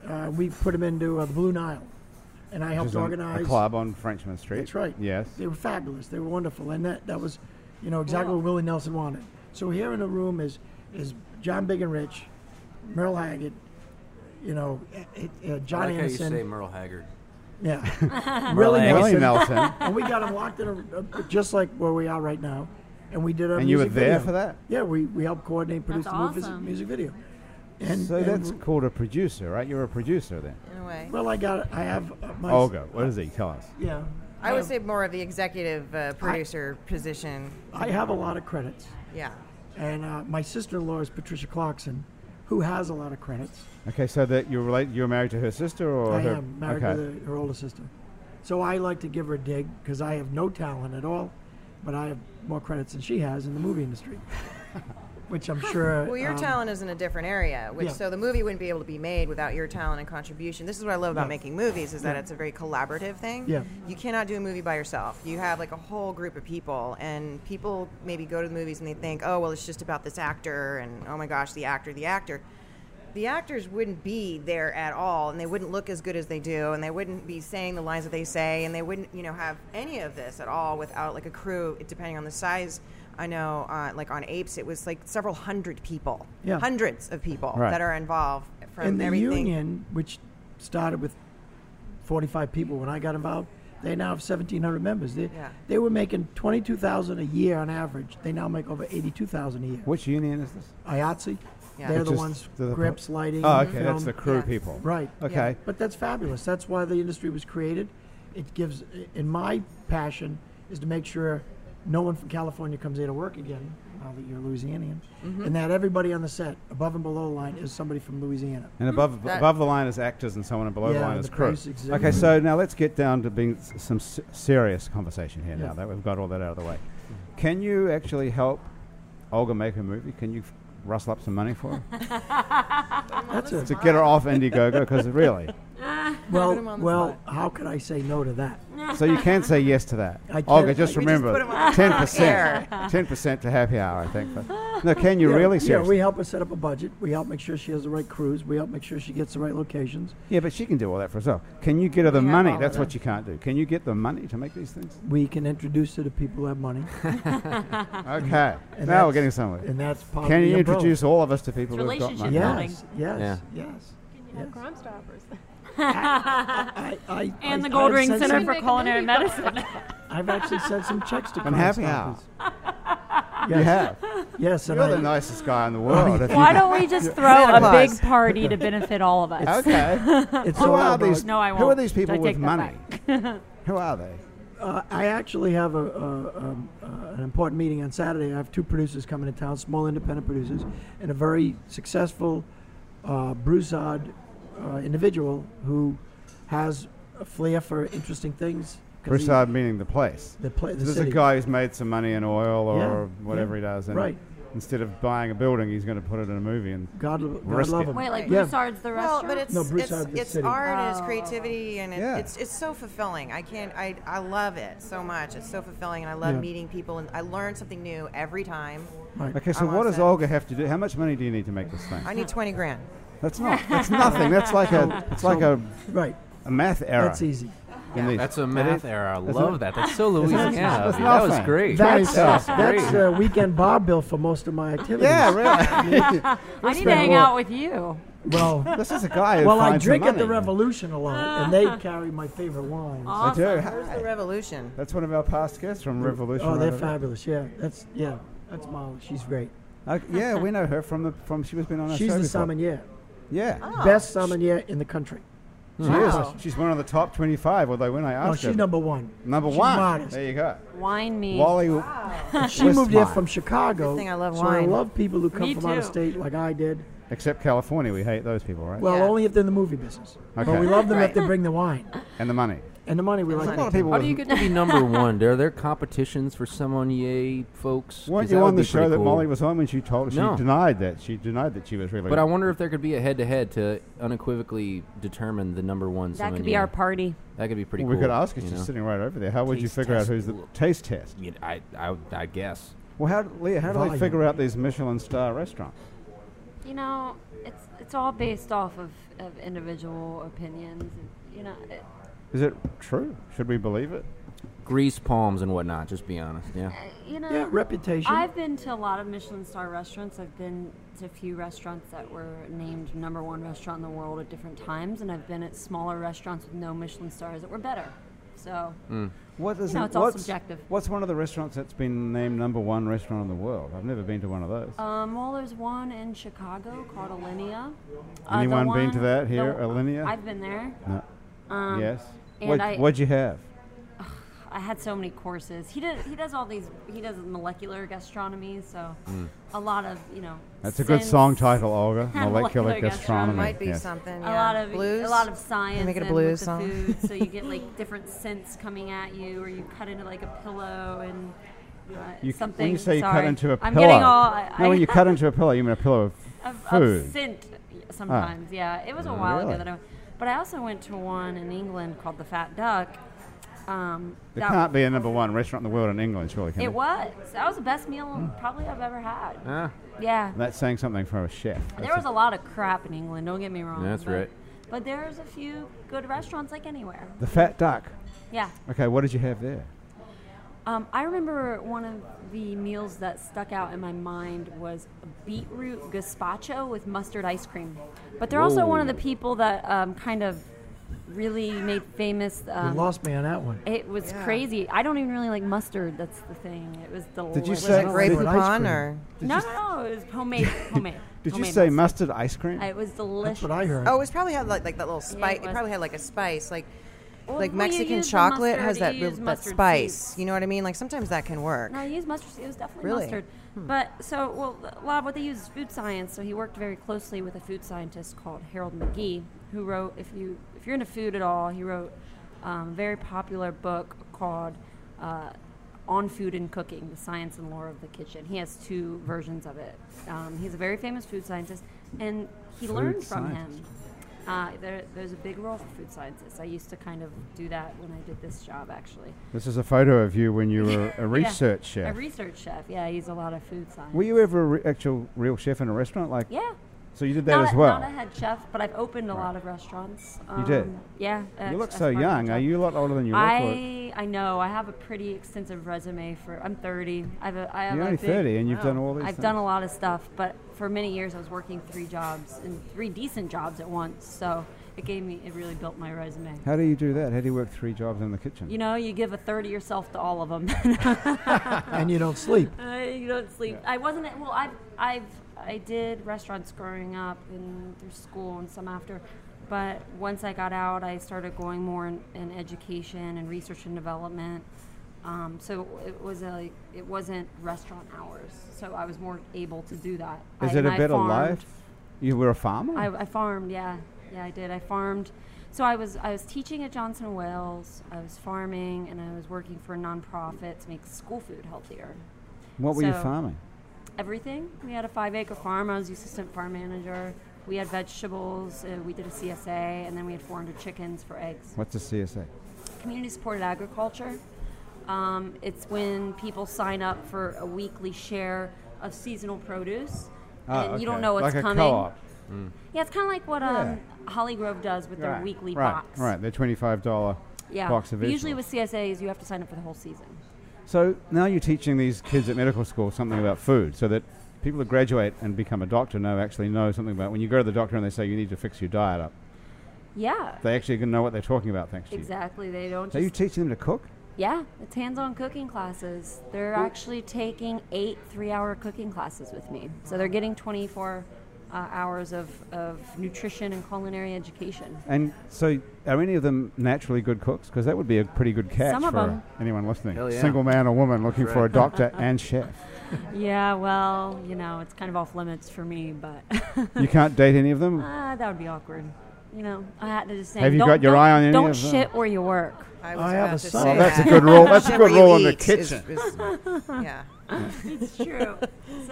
Speaker 5: Uh, we put them into uh, the Blue Nile, and I helped
Speaker 1: There's a-
Speaker 5: organize.
Speaker 1: a club on Frenchman Street.
Speaker 5: That's right.
Speaker 1: Yes.
Speaker 5: They were fabulous. They were wonderful, and that that was, you know, exactly what Willie Nelson wanted. So here in the room is is John Big and Rich, Merle Haggard, you know, uh, uh, John
Speaker 7: I like how you
Speaker 5: Anderson.
Speaker 7: say Merle Haggard.
Speaker 5: yeah,
Speaker 1: Willie Nelson.
Speaker 5: and we got him locked in a, a, just like where we are right now. And we did a
Speaker 1: And you were
Speaker 5: music
Speaker 1: there
Speaker 5: video.
Speaker 1: for that?
Speaker 5: Yeah, we, we helped coordinate, produce
Speaker 3: That's
Speaker 5: the movie-
Speaker 3: awesome.
Speaker 5: music video. And,
Speaker 1: so
Speaker 5: and-
Speaker 1: that's called a producer, right? You're a producer then.
Speaker 2: In a way.
Speaker 5: well, I got I have uh, my
Speaker 1: Olga, what is he? Tell us.
Speaker 5: Yeah,
Speaker 2: I would say more of the executive uh, producer position.
Speaker 5: I have a lot of credits,
Speaker 2: Yeah.
Speaker 5: and uh, my sister-in-law is Patricia Clarkson, who has a lot of credits.
Speaker 1: Okay, so that you're related, you're married to her sister, or
Speaker 5: I
Speaker 1: Oh, her,
Speaker 5: am married
Speaker 1: okay.
Speaker 5: to the, her older sister, so I like to give her a dig because I have no talent at all, but I have more credits than she has in the movie industry, which I'm sure.
Speaker 2: Well, your
Speaker 5: um,
Speaker 2: talent is in a different area, which
Speaker 5: yeah.
Speaker 2: so the movie wouldn't be able to be made without your talent and contribution. This is what I love about
Speaker 5: Yeah.
Speaker 2: making movies is that it's a very collaborative thing.
Speaker 5: Yeah.
Speaker 2: You cannot do a movie by yourself. You have like a whole group of people, and people maybe go to the movies and they think, oh well, it's just about this actor, and oh my gosh, the actor, the actor. The actors wouldn't be there at all, and they wouldn't look as good as they do, and they wouldn't be saying the lines that they say, and they wouldn't, you know, have any of this at all without like a crew. Depending on the size, I know, uh, like on Apes, it was like several hundred people,
Speaker 5: Yeah.
Speaker 2: hundreds of people
Speaker 1: Right.
Speaker 2: that are involved from
Speaker 5: and the
Speaker 2: everything.
Speaker 5: union, which started with 45 people when I got involved, they now have 1,700 members. They,
Speaker 2: Yeah.
Speaker 5: they were making 22,000 a year on average. They now make over 82,000 a year.
Speaker 1: Which union is this?
Speaker 5: IATSE,
Speaker 2: Yeah.
Speaker 5: they're
Speaker 2: Which
Speaker 5: the
Speaker 1: is
Speaker 5: ones,
Speaker 1: the- the-
Speaker 5: grips, lighting.
Speaker 1: Oh, okay,
Speaker 5: film.
Speaker 1: that's the crew
Speaker 2: Yeah.
Speaker 1: people.
Speaker 5: Right.
Speaker 1: Okay.
Speaker 5: But that's fabulous. That's why the industry was created. It gives, and my passion is to make sure no one from California comes here to work again, now that you're Louisianian,
Speaker 2: Mm-hmm.
Speaker 5: and that everybody on the set, above and below line, is somebody from Louisiana.
Speaker 1: And above
Speaker 2: That-
Speaker 1: above the line is actors and someone, and below the
Speaker 5: Yeah,
Speaker 1: line
Speaker 5: the
Speaker 1: is crew.
Speaker 5: producer, executive.
Speaker 1: Okay, so now let's get down to being s- some s- serious conversation here. Now
Speaker 5: Yeah.
Speaker 1: that we've got all that out of the way, can you actually help Olga make her movie? Can you f- rustle up some money for her
Speaker 5: That's a
Speaker 1: to get her off Indiegogo? Because really,
Speaker 2: him
Speaker 5: Well,
Speaker 2: on the
Speaker 5: well, how could I say no to that?
Speaker 1: so you can say yes to that.
Speaker 5: I
Speaker 1: Olga,
Speaker 5: can't-
Speaker 1: just
Speaker 2: We just
Speaker 1: remember,
Speaker 2: put him on the
Speaker 1: ten
Speaker 2: air.
Speaker 1: percent, ten percent to happy hour. I think. But, no, can you
Speaker 5: Yeah,
Speaker 1: really?
Speaker 5: Yeah, we
Speaker 1: Seriously?
Speaker 5: help her set up a budget. We help make sure she has the right crews. We help make sure she gets the right locations.
Speaker 1: Yeah, but she can do all that for herself. Can you get her the
Speaker 2: We have
Speaker 1: money?
Speaker 2: all of
Speaker 1: That's
Speaker 2: that.
Speaker 1: what you can't do. Can you get the money to make these things?
Speaker 5: We can introduce her to people who have money,
Speaker 1: Okay,
Speaker 5: And
Speaker 1: now we're
Speaker 5: that's-
Speaker 1: getting somewhere.
Speaker 5: and that's part of
Speaker 1: Can
Speaker 5: the
Speaker 1: you
Speaker 5: umbrella.
Speaker 1: introduce all of us to people
Speaker 3: It's
Speaker 1: who've got
Speaker 3: relationship
Speaker 1: money?
Speaker 3: building.
Speaker 5: Yes, yes, yes.
Speaker 6: Can you have Crime Stoppers?
Speaker 5: I, I,
Speaker 3: and
Speaker 5: I-
Speaker 3: the Gold
Speaker 5: I've
Speaker 3: Ring
Speaker 5: sent
Speaker 3: Center
Speaker 5: some-
Speaker 3: for
Speaker 6: Make a
Speaker 3: Culinary
Speaker 6: movie.
Speaker 3: Medicine.
Speaker 5: I've actually sent some checks to.
Speaker 1: I'm happy now.
Speaker 5: Crimestoppers.
Speaker 1: You have.
Speaker 5: Yes, and
Speaker 1: You're the
Speaker 5: I-
Speaker 1: nicest guy in the world. if you-
Speaker 3: Why don't we just throw
Speaker 2: Santa
Speaker 3: a big
Speaker 2: Claus.
Speaker 3: party to benefit all of us?
Speaker 1: okay.
Speaker 5: it's
Speaker 1: Who
Speaker 5: all
Speaker 1: are
Speaker 5: about-
Speaker 1: these?
Speaker 3: No, I
Speaker 1: Who are
Speaker 3: won't.
Speaker 1: these
Speaker 3: I
Speaker 1: people with
Speaker 3: take that
Speaker 1: money? Who are they?
Speaker 5: Uh, I actually have a, a, um, uh, an important meeting on Saturday. I have two producers coming to town, small independent producers, and a very successful uh, Broussard uh, individual who has a flair for interesting things. 'cause he-
Speaker 1: Broussard meaning the place.
Speaker 5: the pla- the
Speaker 1: This is a
Speaker 5: city.
Speaker 1: guy who's made some money in oil or
Speaker 5: Yeah,
Speaker 1: whatever he
Speaker 5: yeah,
Speaker 1: does. And
Speaker 5: right.
Speaker 1: Instead of buying a building, he's going to put it in a movie. And
Speaker 5: God, lo- God
Speaker 1: Risk
Speaker 5: love
Speaker 1: it.
Speaker 5: him.
Speaker 3: Wait, like
Speaker 5: Yeah.
Speaker 3: Broussard's the
Speaker 2: Well,
Speaker 3: restaurant?
Speaker 2: but it's
Speaker 5: No, Bruce
Speaker 2: it's,
Speaker 5: had the
Speaker 2: it's
Speaker 5: city.
Speaker 2: art and it's
Speaker 3: Oh.
Speaker 2: creativity and it,
Speaker 1: Yeah.
Speaker 2: it's it's so fulfilling. I can't I I love it so much. It's so fulfilling and I love
Speaker 5: Yeah.
Speaker 2: meeting people and I learn something new every time.
Speaker 5: Right.
Speaker 1: okay, so
Speaker 2: I'm
Speaker 1: what
Speaker 2: all
Speaker 1: does
Speaker 2: set.
Speaker 1: Olga have to do? How much money do you need to make this thing?
Speaker 2: I need twenty grand.
Speaker 1: That's not. That's nothing. That's like a. It's like a,
Speaker 5: Right.
Speaker 1: a math error.
Speaker 5: That's easy.
Speaker 1: in these.
Speaker 4: That's a math error. I love
Speaker 1: it?
Speaker 4: that. That's so Louisiana.
Speaker 1: that's
Speaker 4: of you. that was
Speaker 1: nothing.
Speaker 4: great.
Speaker 5: That's
Speaker 1: stuff.
Speaker 5: that's,
Speaker 4: Great.
Speaker 5: uh, weekend bar bill for most of my activities.
Speaker 1: yeah, really.
Speaker 3: I need to hang out with you.
Speaker 5: Well,
Speaker 1: this is a guy. Who
Speaker 5: well, I
Speaker 1: finds
Speaker 5: drink
Speaker 1: the
Speaker 5: at the
Speaker 1: money.
Speaker 5: Revolution a lot, and they carry my favorite wines.
Speaker 1: I do.
Speaker 3: Awesome.
Speaker 2: Where's
Speaker 1: Hi.
Speaker 2: the revolution?
Speaker 1: That's one of our past guests from Revolution.
Speaker 5: Oh, they're
Speaker 1: Revolu-
Speaker 5: fabulous. Yeah, that's yeah, that's Molly. She's great.
Speaker 1: Okay, Uh, yeah, we know her from the from. She was been on our
Speaker 5: She's
Speaker 1: show
Speaker 5: the
Speaker 1: before.
Speaker 5: sommelier,
Speaker 1: Yeah,
Speaker 5: best sommelier in the country.
Speaker 1: she is. She's one of the top twenty-five. Although when I
Speaker 5: Oh, No,
Speaker 1: asked
Speaker 5: she's
Speaker 1: her,
Speaker 5: number one.
Speaker 1: number
Speaker 5: she's
Speaker 1: one.
Speaker 5: modest.
Speaker 1: There you go.
Speaker 3: Wine me.
Speaker 1: Wally.
Speaker 5: She moved here
Speaker 1: smart.
Speaker 5: from Chicago.
Speaker 2: Good thing I love
Speaker 5: so I
Speaker 2: wine.
Speaker 5: love people who come
Speaker 3: Me
Speaker 5: from out of
Speaker 3: too.
Speaker 5: state like I did.
Speaker 1: Except California, we hate those people, right?
Speaker 5: Well,
Speaker 2: Yeah.
Speaker 5: only if they're in the movie business.
Speaker 1: Okay.
Speaker 5: But we love them if
Speaker 2: Right.
Speaker 5: they bring the wine
Speaker 1: and the money.
Speaker 5: and the money. We
Speaker 2: And
Speaker 5: like.
Speaker 1: A
Speaker 2: the
Speaker 1: lot
Speaker 5: that.
Speaker 1: of people.
Speaker 4: How do
Speaker 1: with-
Speaker 4: you get to be number one? Are there competitions for sommelier folks? 'Cause
Speaker 1: Weren't
Speaker 4: that
Speaker 1: you
Speaker 4: would
Speaker 1: on the
Speaker 4: be
Speaker 1: show
Speaker 4: pretty
Speaker 1: that
Speaker 4: cool.
Speaker 1: Molly was on when she told? She
Speaker 4: No.
Speaker 1: denied that. She denied that she was really.
Speaker 4: But I wonder if there could be a head-to-head to unequivocally determine the number one.
Speaker 3: That could
Speaker 4: sommelier.
Speaker 3: be our party.
Speaker 4: That could be pretty.
Speaker 1: Well,
Speaker 4: cool.
Speaker 1: we could ask her.
Speaker 4: you
Speaker 1: She's
Speaker 4: know?
Speaker 1: sitting right over there. How would you
Speaker 4: Taste
Speaker 1: figure out
Speaker 4: test.
Speaker 1: who's the taste test?
Speaker 4: You know, I, I, I guess.
Speaker 1: Well, how, Leah, how do they
Speaker 5: Volume.
Speaker 1: figure out these Michelin star restaurants?
Speaker 3: You know, it's it's all based off of, of individual opinions. You know, it,
Speaker 1: Is it true? Should we believe it?
Speaker 4: Grease palms and whatnot. Just be honest. Yeah.
Speaker 3: you know.
Speaker 5: Yeah, reputation.
Speaker 3: I've been to a lot of Michelin star restaurants. I've been to a few restaurants that were named number one restaurant in the world at different times, and I've been at smaller restaurants with no Michelin stars that were better. So
Speaker 1: What is
Speaker 3: You know,
Speaker 1: it-
Speaker 3: it's all
Speaker 1: what's-
Speaker 3: subjective.
Speaker 1: What's one of the restaurants that's been named number one restaurant in the world? I've never been to one of those.
Speaker 3: Um, well, there's one in Chicago called Alinea. Uh, the
Speaker 1: Anyone been
Speaker 3: one-
Speaker 1: to that
Speaker 3: the-
Speaker 1: here, Alinea?
Speaker 3: I've been there.
Speaker 1: no. yes.
Speaker 3: um, and
Speaker 1: What,
Speaker 3: I-
Speaker 1: what'd you have?
Speaker 3: I had so many courses. He does. He does all these. He does molecular gastronomy, so a lot of you know.
Speaker 1: That's a good
Speaker 3: sense-
Speaker 1: song title, Olga.
Speaker 3: Molecular
Speaker 1: Molecular
Speaker 3: gastronomy
Speaker 1: gastronomy.
Speaker 2: Might be
Speaker 1: Yes.
Speaker 2: something.
Speaker 3: A
Speaker 2: yeah.
Speaker 3: lot of
Speaker 2: blues.
Speaker 3: a lot of science.
Speaker 2: make it a
Speaker 3: in
Speaker 2: blues
Speaker 3: with the
Speaker 2: song?
Speaker 3: Food, so you get like different scents coming at you, or you cut into like a pillow and. Uh,
Speaker 1: You,
Speaker 3: something.
Speaker 1: when you say you
Speaker 3: sorry.
Speaker 1: cut into a
Speaker 3: I'm
Speaker 1: pillow,
Speaker 3: getting all. I,
Speaker 1: no,
Speaker 3: I,
Speaker 1: when you cut into a pillow, you mean a pillow of
Speaker 3: of,
Speaker 1: food.
Speaker 3: of scent sometimes. Yeah, it was a while
Speaker 1: Really?
Speaker 3: ago that I. But I also went to one in England called the Fat Duck. Um,
Speaker 1: There
Speaker 3: that-
Speaker 1: can't be a number one restaurant in the world in England, surely. Can
Speaker 3: It
Speaker 1: there?
Speaker 3: was. That was the best meal probably I've ever had.
Speaker 4: Ah.
Speaker 3: Yeah.
Speaker 1: That's saying something for a chef.
Speaker 3: There was a lot of crap in England. Don't get me wrong.
Speaker 4: That's
Speaker 3: but,
Speaker 4: right.
Speaker 3: But there's a few good restaurants like anywhere.
Speaker 1: the fat duck.
Speaker 3: Yeah.
Speaker 1: Okay, what did you have there?
Speaker 3: Um, I remember one of the meals that stuck out in my mind was beetroot gazpacho with mustard ice cream. But they're also one of the
Speaker 4: Whoa.
Speaker 3: people that um, kind of really made famous.
Speaker 5: You
Speaker 3: Um,
Speaker 5: lost me on that one.
Speaker 3: It was
Speaker 2: Yeah.
Speaker 3: crazy. I don't even really like mustard. That's the thing. It was delicious.
Speaker 1: you
Speaker 2: Was
Speaker 1: say-
Speaker 2: it Grey
Speaker 5: Did-
Speaker 2: Poupon or?
Speaker 3: No, no, no. It was homemade. Homemade.
Speaker 1: Did you
Speaker 3: homemade
Speaker 1: say
Speaker 3: mustard.
Speaker 1: mustard ice cream?
Speaker 3: It was delicious.
Speaker 5: That's what I heard.
Speaker 2: Oh, it's probably had like, like that little spice.
Speaker 3: it
Speaker 2: it,
Speaker 3: was.
Speaker 2: probably had like a spice, like
Speaker 3: Well,
Speaker 2: like
Speaker 3: well, you
Speaker 2: Mexican
Speaker 3: use the
Speaker 2: chocolate
Speaker 3: mustard,
Speaker 2: has that
Speaker 3: you
Speaker 2: real,
Speaker 3: use
Speaker 2: that
Speaker 3: mustard
Speaker 2: spice.
Speaker 3: seeds.
Speaker 2: You know what I mean? Like sometimes that can work.
Speaker 3: No, he used mustard. It was definitely
Speaker 2: Really?
Speaker 3: mustard. But so, well, a lot of what they use is food science. So he worked very closely with a food scientist called Harold McGee, who wrote, if you if you're into food at all, he wrote um, a very popular book called uh, On Food and Cooking: The Science and Lore of the Kitchen. He has two versions of it. Um, he's a very famous food scientist, and he
Speaker 1: Food
Speaker 3: learned from
Speaker 1: scientist.
Speaker 3: him. Uh, there, there's a big role for food scientists. I used to kind of do that when I did this job, actually.
Speaker 1: This is a photo of you when you were a research
Speaker 3: Yeah,
Speaker 1: chef.
Speaker 3: A research chef. Yeah, he's a lot of food science.
Speaker 1: were you ever a re- actual real chef in a restaurant? Like,
Speaker 3: yeah.
Speaker 1: so you did that
Speaker 3: not
Speaker 1: as
Speaker 3: a,
Speaker 1: well.
Speaker 3: Not a head chef, but I've opened a lot of restaurants. Um,
Speaker 1: You did?
Speaker 3: Yeah.
Speaker 1: you
Speaker 3: that's-
Speaker 1: look
Speaker 3: that's
Speaker 1: so
Speaker 3: part of my
Speaker 1: young. Are
Speaker 3: job.
Speaker 1: you a lot older than you look? or-
Speaker 3: I I know. I have a pretty extensive resume for. I'm 30. I've a, I have
Speaker 1: you're
Speaker 3: a
Speaker 1: only
Speaker 3: big-
Speaker 1: 30 and you've done all these
Speaker 3: I've
Speaker 1: things.
Speaker 3: done a lot of stuff, but for many years I was working three jobs and three decent jobs at once. So it gave me. It really built my resume.
Speaker 1: How do you do that? How do you work three jobs in the kitchen?
Speaker 3: You know, you give a third of yourself to all of them.
Speaker 5: and you don't sleep.
Speaker 3: Uh, you don't sleep. I wasn't. at- Well, I've, I've, I did restaurants growing up and through school and some after, but once I got out, I started going more in, in education and research and development. Um, so it was a, like it wasn't restaurant hours. So I was more able to do that.
Speaker 1: is
Speaker 3: I,
Speaker 1: it
Speaker 3: and
Speaker 1: a
Speaker 3: I
Speaker 1: better
Speaker 3: farmed.
Speaker 1: life? You were a farmer.
Speaker 3: I, I farmed. Yeah, yeah, I did. I farmed. So I was I was teaching at Johnson and Wales. I was farming and I was working for a nonprofit to make school food healthier
Speaker 1: what were you
Speaker 3: so-
Speaker 1: farming?
Speaker 3: everything. We had a five acre farm. I was the assistant farm manager. We had vegetables. Uh, we did a CSA, and then we had 400 chickens for eggs.
Speaker 1: What's a CSA?
Speaker 3: Community supported agriculture. Um, it's when people sign up for a weekly share of seasonal produce,
Speaker 1: Ah,
Speaker 3: and you don't
Speaker 1: okay.
Speaker 3: know what's
Speaker 1: Like a
Speaker 3: coming.
Speaker 1: co-op.
Speaker 3: Yeah, it's kind of like what um, Holly Grove does with their
Speaker 1: Right,
Speaker 3: weekly
Speaker 1: right,
Speaker 3: box.
Speaker 1: Right, their twenty-five dollar
Speaker 3: Yeah.
Speaker 1: box of
Speaker 3: But usually
Speaker 1: vegetables.
Speaker 3: with CSAs, you have to sign up for the whole season.
Speaker 1: So now you're teaching these kids at medical school something about food, so that people who graduate and become a doctor know actually know something about. When you go to the doctor and they say you need to fix your diet up,
Speaker 3: Yeah.
Speaker 1: they actually can know what they're talking about thanks to you.
Speaker 3: Exactly. They don't.
Speaker 1: So you
Speaker 3: Just,
Speaker 1: teaching them to cook?
Speaker 3: yeah, it's hands-on cooking classes. They're actually taking eight three-hour cooking classes with me, so they're getting 24 uh, hours of, of nutrition and culinary education.
Speaker 1: And so, are any of them naturally good cooks? Because that would be a pretty good catch
Speaker 3: Some of
Speaker 1: for
Speaker 3: 'em.
Speaker 1: anyone listening.
Speaker 4: Hell yeah.
Speaker 1: Single man or woman looking
Speaker 4: That's
Speaker 1: for a
Speaker 4: right.
Speaker 1: doctor and chef.
Speaker 3: Yeah. Well, you know, it's kind of off limits for me, but
Speaker 1: You can't date any of them?
Speaker 3: uh, that would be awkward. You know, I had to just say.
Speaker 1: Have you
Speaker 3: don't-
Speaker 1: got your
Speaker 3: don't-
Speaker 1: eye on any
Speaker 3: Don't
Speaker 1: of them?
Speaker 3: shit where you work.
Speaker 2: I was
Speaker 5: I have
Speaker 2: about
Speaker 5: a
Speaker 2: to
Speaker 5: son.
Speaker 2: say
Speaker 5: Well,
Speaker 1: that's a
Speaker 2: that.
Speaker 1: good rule- that's a
Speaker 2: Shit
Speaker 1: good
Speaker 2: where you
Speaker 1: rule in the
Speaker 2: eat is-
Speaker 1: kitchen.
Speaker 2: is- yeah,
Speaker 3: It's true. so
Speaker 2: that's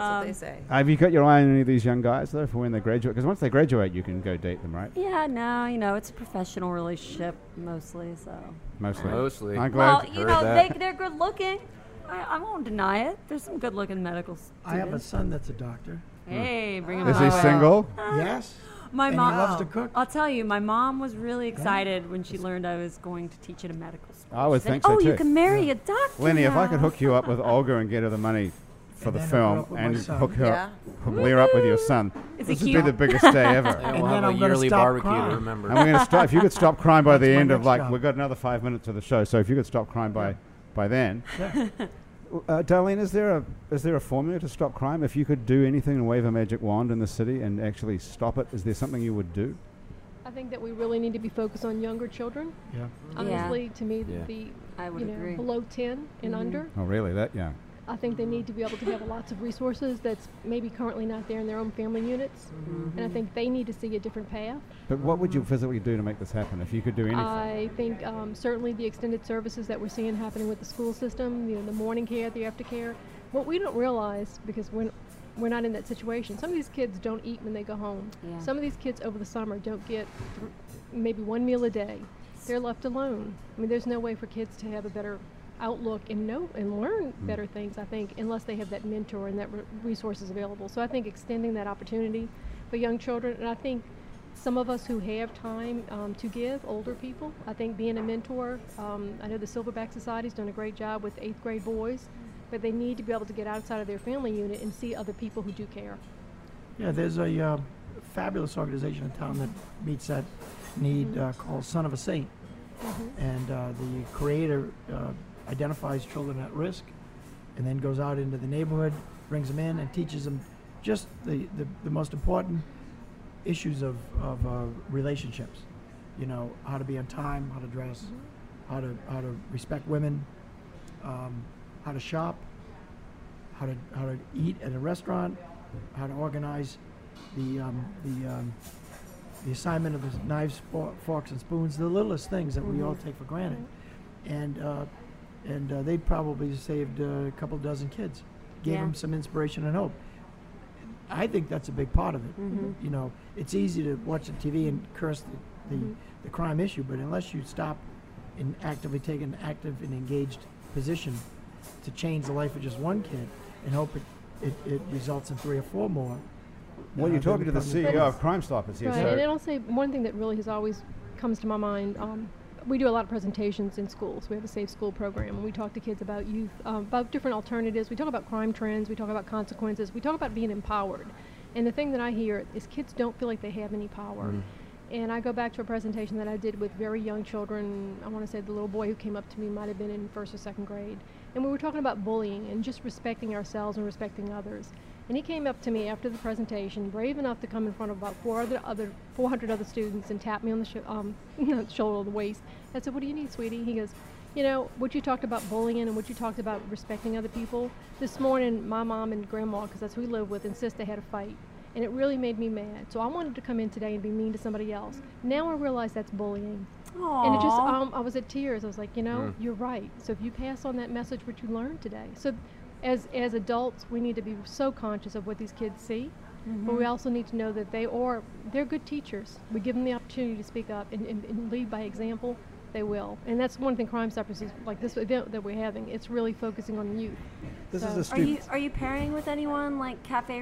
Speaker 3: um,
Speaker 2: they say.
Speaker 1: Have you got your eye on any of these young guys, though, for when they graduate? Because once they graduate, you can go date them, right?
Speaker 3: yeah, no, you know, it's a professional relationship mostly. So
Speaker 1: Mostly.
Speaker 4: Mostly.
Speaker 1: I'm glad.
Speaker 3: well, you
Speaker 4: Heard
Speaker 3: know,
Speaker 4: that.
Speaker 3: they, they're good looking. I, I won't deny it. There's some good looking medical students.
Speaker 5: I have a son that's a doctor.
Speaker 3: Hey, bring him
Speaker 1: Is he
Speaker 3: up.
Speaker 1: single?
Speaker 3: Uh,
Speaker 5: Yes.
Speaker 3: My
Speaker 5: And he
Speaker 3: mom. Oh.
Speaker 5: loves to cook.
Speaker 3: I'll tell you, my mom was really excited when she learned I was going to teach at a medical school.
Speaker 1: I would
Speaker 3: She said,
Speaker 1: think so,
Speaker 3: Oh,
Speaker 1: too."
Speaker 3: you can marry a doctor.
Speaker 1: Lenny, if I could
Speaker 3: now."
Speaker 1: hook you up with Olga and get her the money for
Speaker 5: And
Speaker 1: the
Speaker 5: then hook her
Speaker 1: film
Speaker 5: up with my
Speaker 1: and
Speaker 5: son.
Speaker 1: hook her up,
Speaker 2: Yeah.
Speaker 1: hook Leah up with your son,
Speaker 3: Is he
Speaker 1: this would be
Speaker 3: cute?
Speaker 1: the biggest day ever.
Speaker 4: And
Speaker 5: And
Speaker 4: we'll
Speaker 5: then
Speaker 4: have
Speaker 5: I'm
Speaker 4: a
Speaker 5: gonna
Speaker 4: yearly
Speaker 5: stop
Speaker 4: barbecue
Speaker 5: crying.
Speaker 4: to remember.
Speaker 1: and we're going to stop. If you could stop crying by the
Speaker 5: That's my
Speaker 1: end of
Speaker 5: next
Speaker 1: like,
Speaker 5: job.
Speaker 1: we've got another five minutes of the show, so if you could stop crying by, by then.
Speaker 5: Yeah.
Speaker 1: Uh, Darlene, is there a is there a formula to stop crime? If you could do anything and wave a magic wand in the city and actually stop it, is there something you would do?
Speaker 6: I think that we really need to be focused on younger children.
Speaker 5: Yeah.
Speaker 1: Mm-hmm.
Speaker 6: Honestly, to me,
Speaker 4: Yeah.
Speaker 6: the
Speaker 3: I would
Speaker 6: you know
Speaker 3: agree.
Speaker 6: below 10 and under,
Speaker 1: Oh, really? That yeah.
Speaker 6: I think they need to be able to have lots of resources that's maybe currently not there in their own family units, and I think they need to see a different path.
Speaker 1: But what would
Speaker 5: Mm.
Speaker 1: you physically do to make this happen if you could do anything?
Speaker 3: Uh,
Speaker 6: I think um, certainly the extended services that we're seeing happening with the school system, you know, the morning care, the aftercare. What we don't realize because we're we're not in that situation. Some of these kids don't eat when they go home.
Speaker 3: Yeah.
Speaker 6: Some of these kids over the summer don't get th- maybe one meal a day. They're left alone. I mean, there's no way for kids to have a better outlook and know and learn better things. I think unless they have that mentor and that re- resources available. So I think extending that opportunity for young children, and I think some of us who have time um, to give, older people, I think being a mentor, um, I know the Silverback Society's done a great job with eighth grade boys, but they need to be able to get outside of their family unit and see other people who do care.
Speaker 5: Yeah, there's a uh, fabulous organization in town that meets that need uh, called Son of a Saint. And uh, the creator uh, identifies children at risk and then goes out into the neighborhood, brings them in, and teaches them just the, the, the most important issues of, of uh, relationships. You know, how to be on time, how to dress, how to, how to respect women, um, how to shop, how to, how to eat at a restaurant, how to organize the, um, the, um, the assignment of the knives, for- forks, and spoons, the littlest things that we all take for granted. And, uh, and uh, they probably saved uh, a couple dozen kids, gave
Speaker 3: Yeah.
Speaker 5: them some inspiration and hope. I think that's a big part of it. You know, it's easy to watch the TV and curse the, the, the crime issue, but unless you stop and actively take an active and engaged position to change the life of just one kid and hope it, it, it results in three or four more.
Speaker 1: well,
Speaker 5: uh,
Speaker 1: you're
Speaker 5: they
Speaker 1: talking to the E
Speaker 5: become-
Speaker 1: CEO of Crime Stoppers here,
Speaker 6: Right,
Speaker 1: so
Speaker 6: and I'll say one thing that really has always comes to my mind. Um, we do a lot of presentations in schools. We have a safe school program, and we talk to kids about youth, um, about different alternatives. We talk about crime trends. We talk about consequences. We talk about being empowered. And the thing that I hear is kids don't feel like they have any power. And I go back to a presentation that I did with very young children. I want to say the little boy who came up to me might have been in first or second grade. And we were talking about bullying and just respecting ourselves and respecting others. And he came up to me after the presentation, brave enough to come in front of about four other, other 400 other students and tap me on the sho- um, not shoulder, on the waist. I said, "What do you need, sweetie?" He goes, "You know what you talked about bullying and what you talked about respecting other people. This morning, my mom and grandma, because that's who we live with, insist they had a fight." And it really made me mad. So I wanted to come in today and be mean to somebody else. Now I realize that's bullying. And it just,
Speaker 3: Aw.
Speaker 6: um, I was at tears. I was like, you know, you're right. So if you pass on that message, what you learned today. So as, as adults, we need to be so conscious of what these kids see. But we also need to know that they are, they're good teachers. We give them the opportunity to speak up and, and, and lead by example. They will, and that's one thing Crime Stoppers is like this event that we're having. It's really focusing on youth.
Speaker 5: This is
Speaker 6: So-
Speaker 5: a
Speaker 3: Are you
Speaker 5: student.
Speaker 3: are you pairing with anyone like Cafe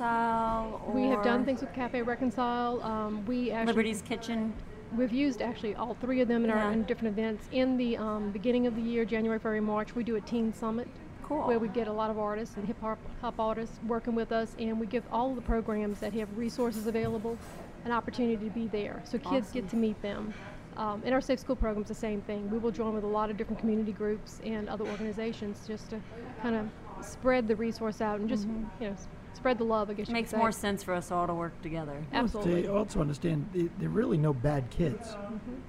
Speaker 3: Reconcile or
Speaker 6: We have done things with Cafe Reconcile. Um, we actually
Speaker 3: Liberty's Kitchen?
Speaker 6: We've used actually all three of them in our
Speaker 3: Yeah.
Speaker 6: in different events. In the um, beginning of the year, January, February, March, we do a teen summit.
Speaker 3: Cool.
Speaker 6: Where we get a lot of artists and hip hop hop artists working with us, and we give all of the programs that have resources available an opportunity to be there, so kids get to meet them. Um, and our Safe School program's the same thing. We will join with a lot of different community groups and other organizations just to kind of spread the resource out and just you know s- spread the love. I
Speaker 3: It
Speaker 6: guess you
Speaker 3: Mm-hmm. makes
Speaker 6: could say.
Speaker 3: more sense for us all to work together.
Speaker 6: Absolutely.
Speaker 5: They also understand th- there are really no bad kids.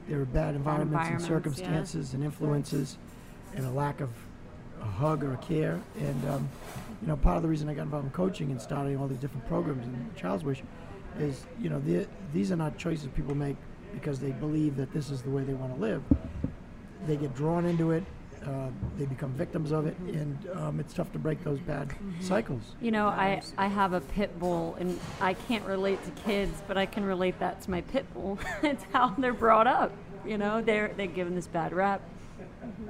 Speaker 5: There are Mm-hmm. bad environments,
Speaker 3: environments,
Speaker 5: and circumstances and influences, and a lack of a hug or a care. And um, you know, part of the reason I got involved in coaching and starting all these different programs in Child's Wish is you know the- these are not choices people make because they believe that this is the way they want to live. They get drawn into it. Uh, they become victims of it, and um, it's tough to break those bad cycles.
Speaker 3: You know, I, I have a pit bull, and I can't relate to kids, but I can relate that to my pit bull. it's how they're brought up. You know, they're they're given this bad rap,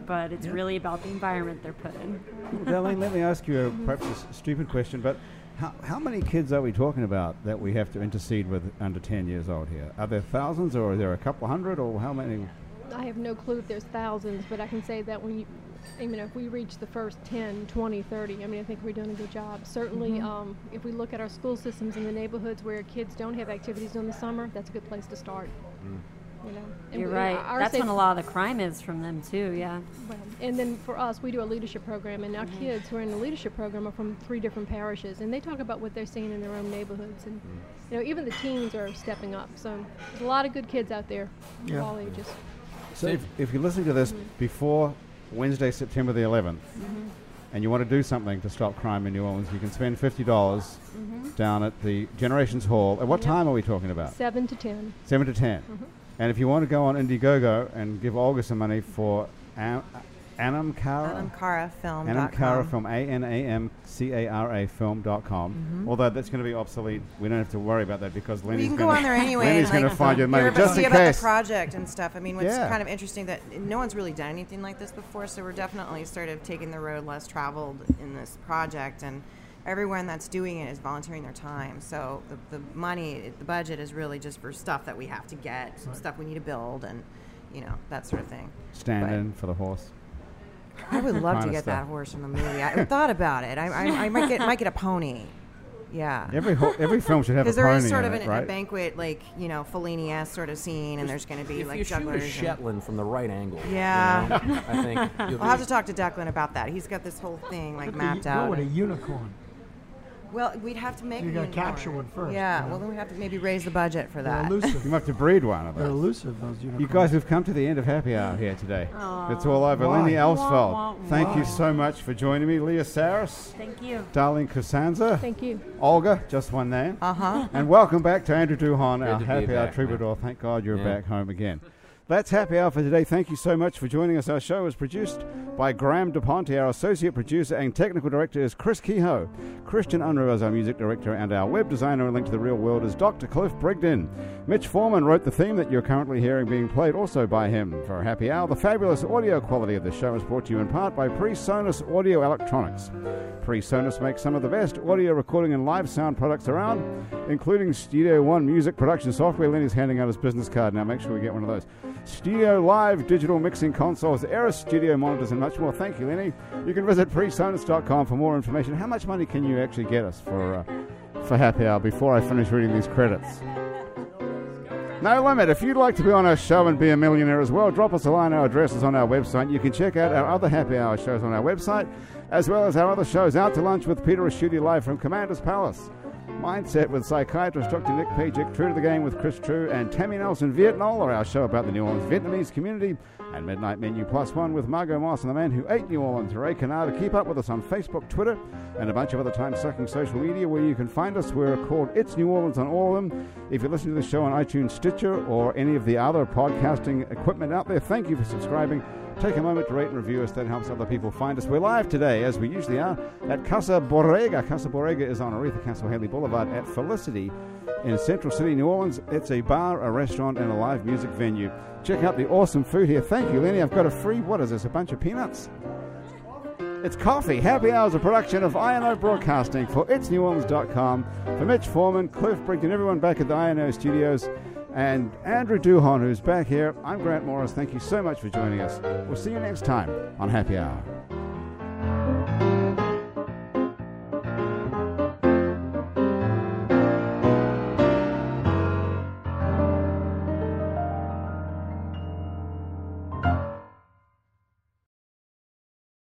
Speaker 3: but it's really about the environment they're put in.
Speaker 1: Darlene, let me ask you a, perhaps a s- stupid question, but how, how many kids are we talking about that we have to intercede with under 10 years old here? Are there thousands or are there a couple hundred or how many?
Speaker 6: I have no clue if there's thousands, but I can say that when you, I mean, if we reach the first 10, 20, 30, I mean, I think we're doing a good job. Certainly, um, if we look at our school systems in the neighborhoods where kids don't have activities during the summer, that's a good place to start. You know, And
Speaker 3: You're
Speaker 6: we-
Speaker 3: right.
Speaker 6: our
Speaker 3: That's
Speaker 6: safe-
Speaker 3: when a lot of the crime is from them too. Yeah.
Speaker 6: well, And then for us, we do a leadership program, and
Speaker 3: Mm-hmm.
Speaker 6: our kids who are in the leadership program are from three different parishes, and they talk about what they're seeing in their own neighborhoods, and you know, even the teens are stepping up. So there's a lot of good kids out there,
Speaker 5: Yeah.
Speaker 6: of all ages.
Speaker 1: So if, if you're listening to this before Wednesday, September the 11th, and you want to do something to stop crime in New Orleans, you can spend $50 dollars down at the Generations Hall. At what time are we talking about?
Speaker 6: Seven to ten.
Speaker 1: 7 to 10. And if you want to go on Indiegogo and give Olga some money for Am- Anam Cara?
Speaker 2: AnamkaraFilm.com.
Speaker 1: Anam Cara from A N A M C A R A film.com. Although that's going to be obsolete. We don't have to worry about that because
Speaker 2: Mm-hmm. Well,
Speaker 1: Lenny's
Speaker 2: you can
Speaker 1: gonna
Speaker 2: go on there anyway.
Speaker 1: Lenny's
Speaker 2: and,
Speaker 1: gonna
Speaker 2: like,
Speaker 1: find your money
Speaker 2: you're able to
Speaker 1: just
Speaker 2: see
Speaker 1: in
Speaker 2: about
Speaker 1: case.
Speaker 2: the project and stuff. I mean, what's
Speaker 1: Yeah.
Speaker 2: kind of interesting that no one's really done anything like this before, so we're definitely sort of taking the road less traveled in this project, and everyone that's doing it is volunteering their time. So the, the money, the budget is really just for stuff that we have to get, some stuff we need to build, and you know that sort of thing.
Speaker 1: Stand
Speaker 2: But-
Speaker 1: in for the horse.
Speaker 2: I would love
Speaker 1: Kinda
Speaker 2: to get
Speaker 1: stuff.
Speaker 2: that horse in the movie. I thought about it. I, I, I might get might get a pony. Yeah.
Speaker 1: Every ho- every film should have a
Speaker 2: Because there
Speaker 1: pony
Speaker 2: is sort
Speaker 1: in
Speaker 2: of
Speaker 1: it,
Speaker 2: an, a
Speaker 1: right?
Speaker 2: banquet, like you know, Fellini-esque sort of scene, and there's going to be
Speaker 4: if
Speaker 2: like
Speaker 4: you
Speaker 2: jugglers.
Speaker 4: shoot a
Speaker 2: and-
Speaker 4: Shetland from the right angle, you
Speaker 2: Yeah.
Speaker 4: know, I think you'll
Speaker 2: I'll have
Speaker 4: be-
Speaker 2: to talk to Declan about that. He's got this whole thing like
Speaker 5: What
Speaker 2: mapped
Speaker 5: a,
Speaker 2: out.
Speaker 5: a unicorn!
Speaker 2: well, we'd have to make.
Speaker 5: You
Speaker 2: a
Speaker 5: gotta
Speaker 2: unicorn.
Speaker 5: capture one first,
Speaker 2: Yeah.
Speaker 5: you know.
Speaker 2: Well, then we have to maybe raise the budget for
Speaker 5: They're
Speaker 2: that.
Speaker 5: elusive.
Speaker 1: You might have to breed one of
Speaker 5: They're
Speaker 1: those.
Speaker 5: elusive, those unicorns.
Speaker 1: You guys have come to the end of happy hour here today. It's all over.
Speaker 5: Why?
Speaker 1: Lenny
Speaker 3: Wah, wah,
Speaker 1: Elsfeld, thank you
Speaker 5: wah.
Speaker 1: so much for joining me. Leah Saris,
Speaker 3: Thank you.
Speaker 1: Darlene Costanza,
Speaker 6: Thank you.
Speaker 1: Olga, just one name.
Speaker 2: Uh huh.
Speaker 1: And welcome back to Andrew Duhon, our
Speaker 4: to be
Speaker 1: Happy Hour
Speaker 4: back,
Speaker 1: troubadour. Thank God you're
Speaker 4: Yeah.
Speaker 1: back home again. That's Happy Hour for today. Thank you so much for joining us. Our show is produced by Graham DePonte. Our associate producer and technical director is Chris Kehoe. Christian Unruh is our music director, and our web designer and link to the real world is Dr. Cliff Brigden. Mitch Foreman wrote the theme that you're currently hearing being played also by him. For Happy Hour, the fabulous audio quality of the show is brought to you in part by PreSonus Audio Electronics. PreSonus makes some of the best audio recording and live sound products around, including Studio One music production software. Lenny's handing out his business card now. Make sure we get one of those. Studio Live digital mixing consoles, Eris studio monitors, and much more. Thank you, Lenny. You can visit presonus.com for more information. How much money can you actually get us for uh, for happy hour? Before I finish reading these credits. No limit. If you'd like to be on our show and be a millionaire as well, drop us a line. Our address is on our website. You can check out our other happy hour shows on our website, as well as our other shows. Out to lunch with Peter Aschuti live from Commander's Palace. Mindset with psychiatrist Dr. Nick Pajic, True to the Game with Chris True, and Tammy Nelson Vietnol are our show about the New Orleans Vietnamese community, and Midnight Menu Plus One with Margot Moss and the man who ate New Orleans, Ray Canada. Keep up with us on Facebook, Twitter, and a bunch of other time sucking social media where you can find us. We're called It's New Orleans on all of them. If you listen to the show on iTunes, Stitcher, or any of the other podcasting equipment out there, thank you for subscribing. Take a moment to rate and review us. That helps other people find us. We're live today, as we usually are, at Casa Borrega. Casa Borrega is on Aretha Castle Haley Boulevard at Felicity in Central City, New Orleans. It's a bar, a restaurant, and a live music venue. Check out the awesome food here. Thank you, Lenny. I've got a free, what is this, a bunch of peanuts? It's coffee. Happy Hours, a production of INO Broadcasting for itsneworleans.com. For Mitch Foreman, Cliff Brigton, everyone back at the INO studios, and Andrew Duhon, who's back here. I'm Grant Morris. Thank you so much for joining us. We'll see you next time on Happy Hour.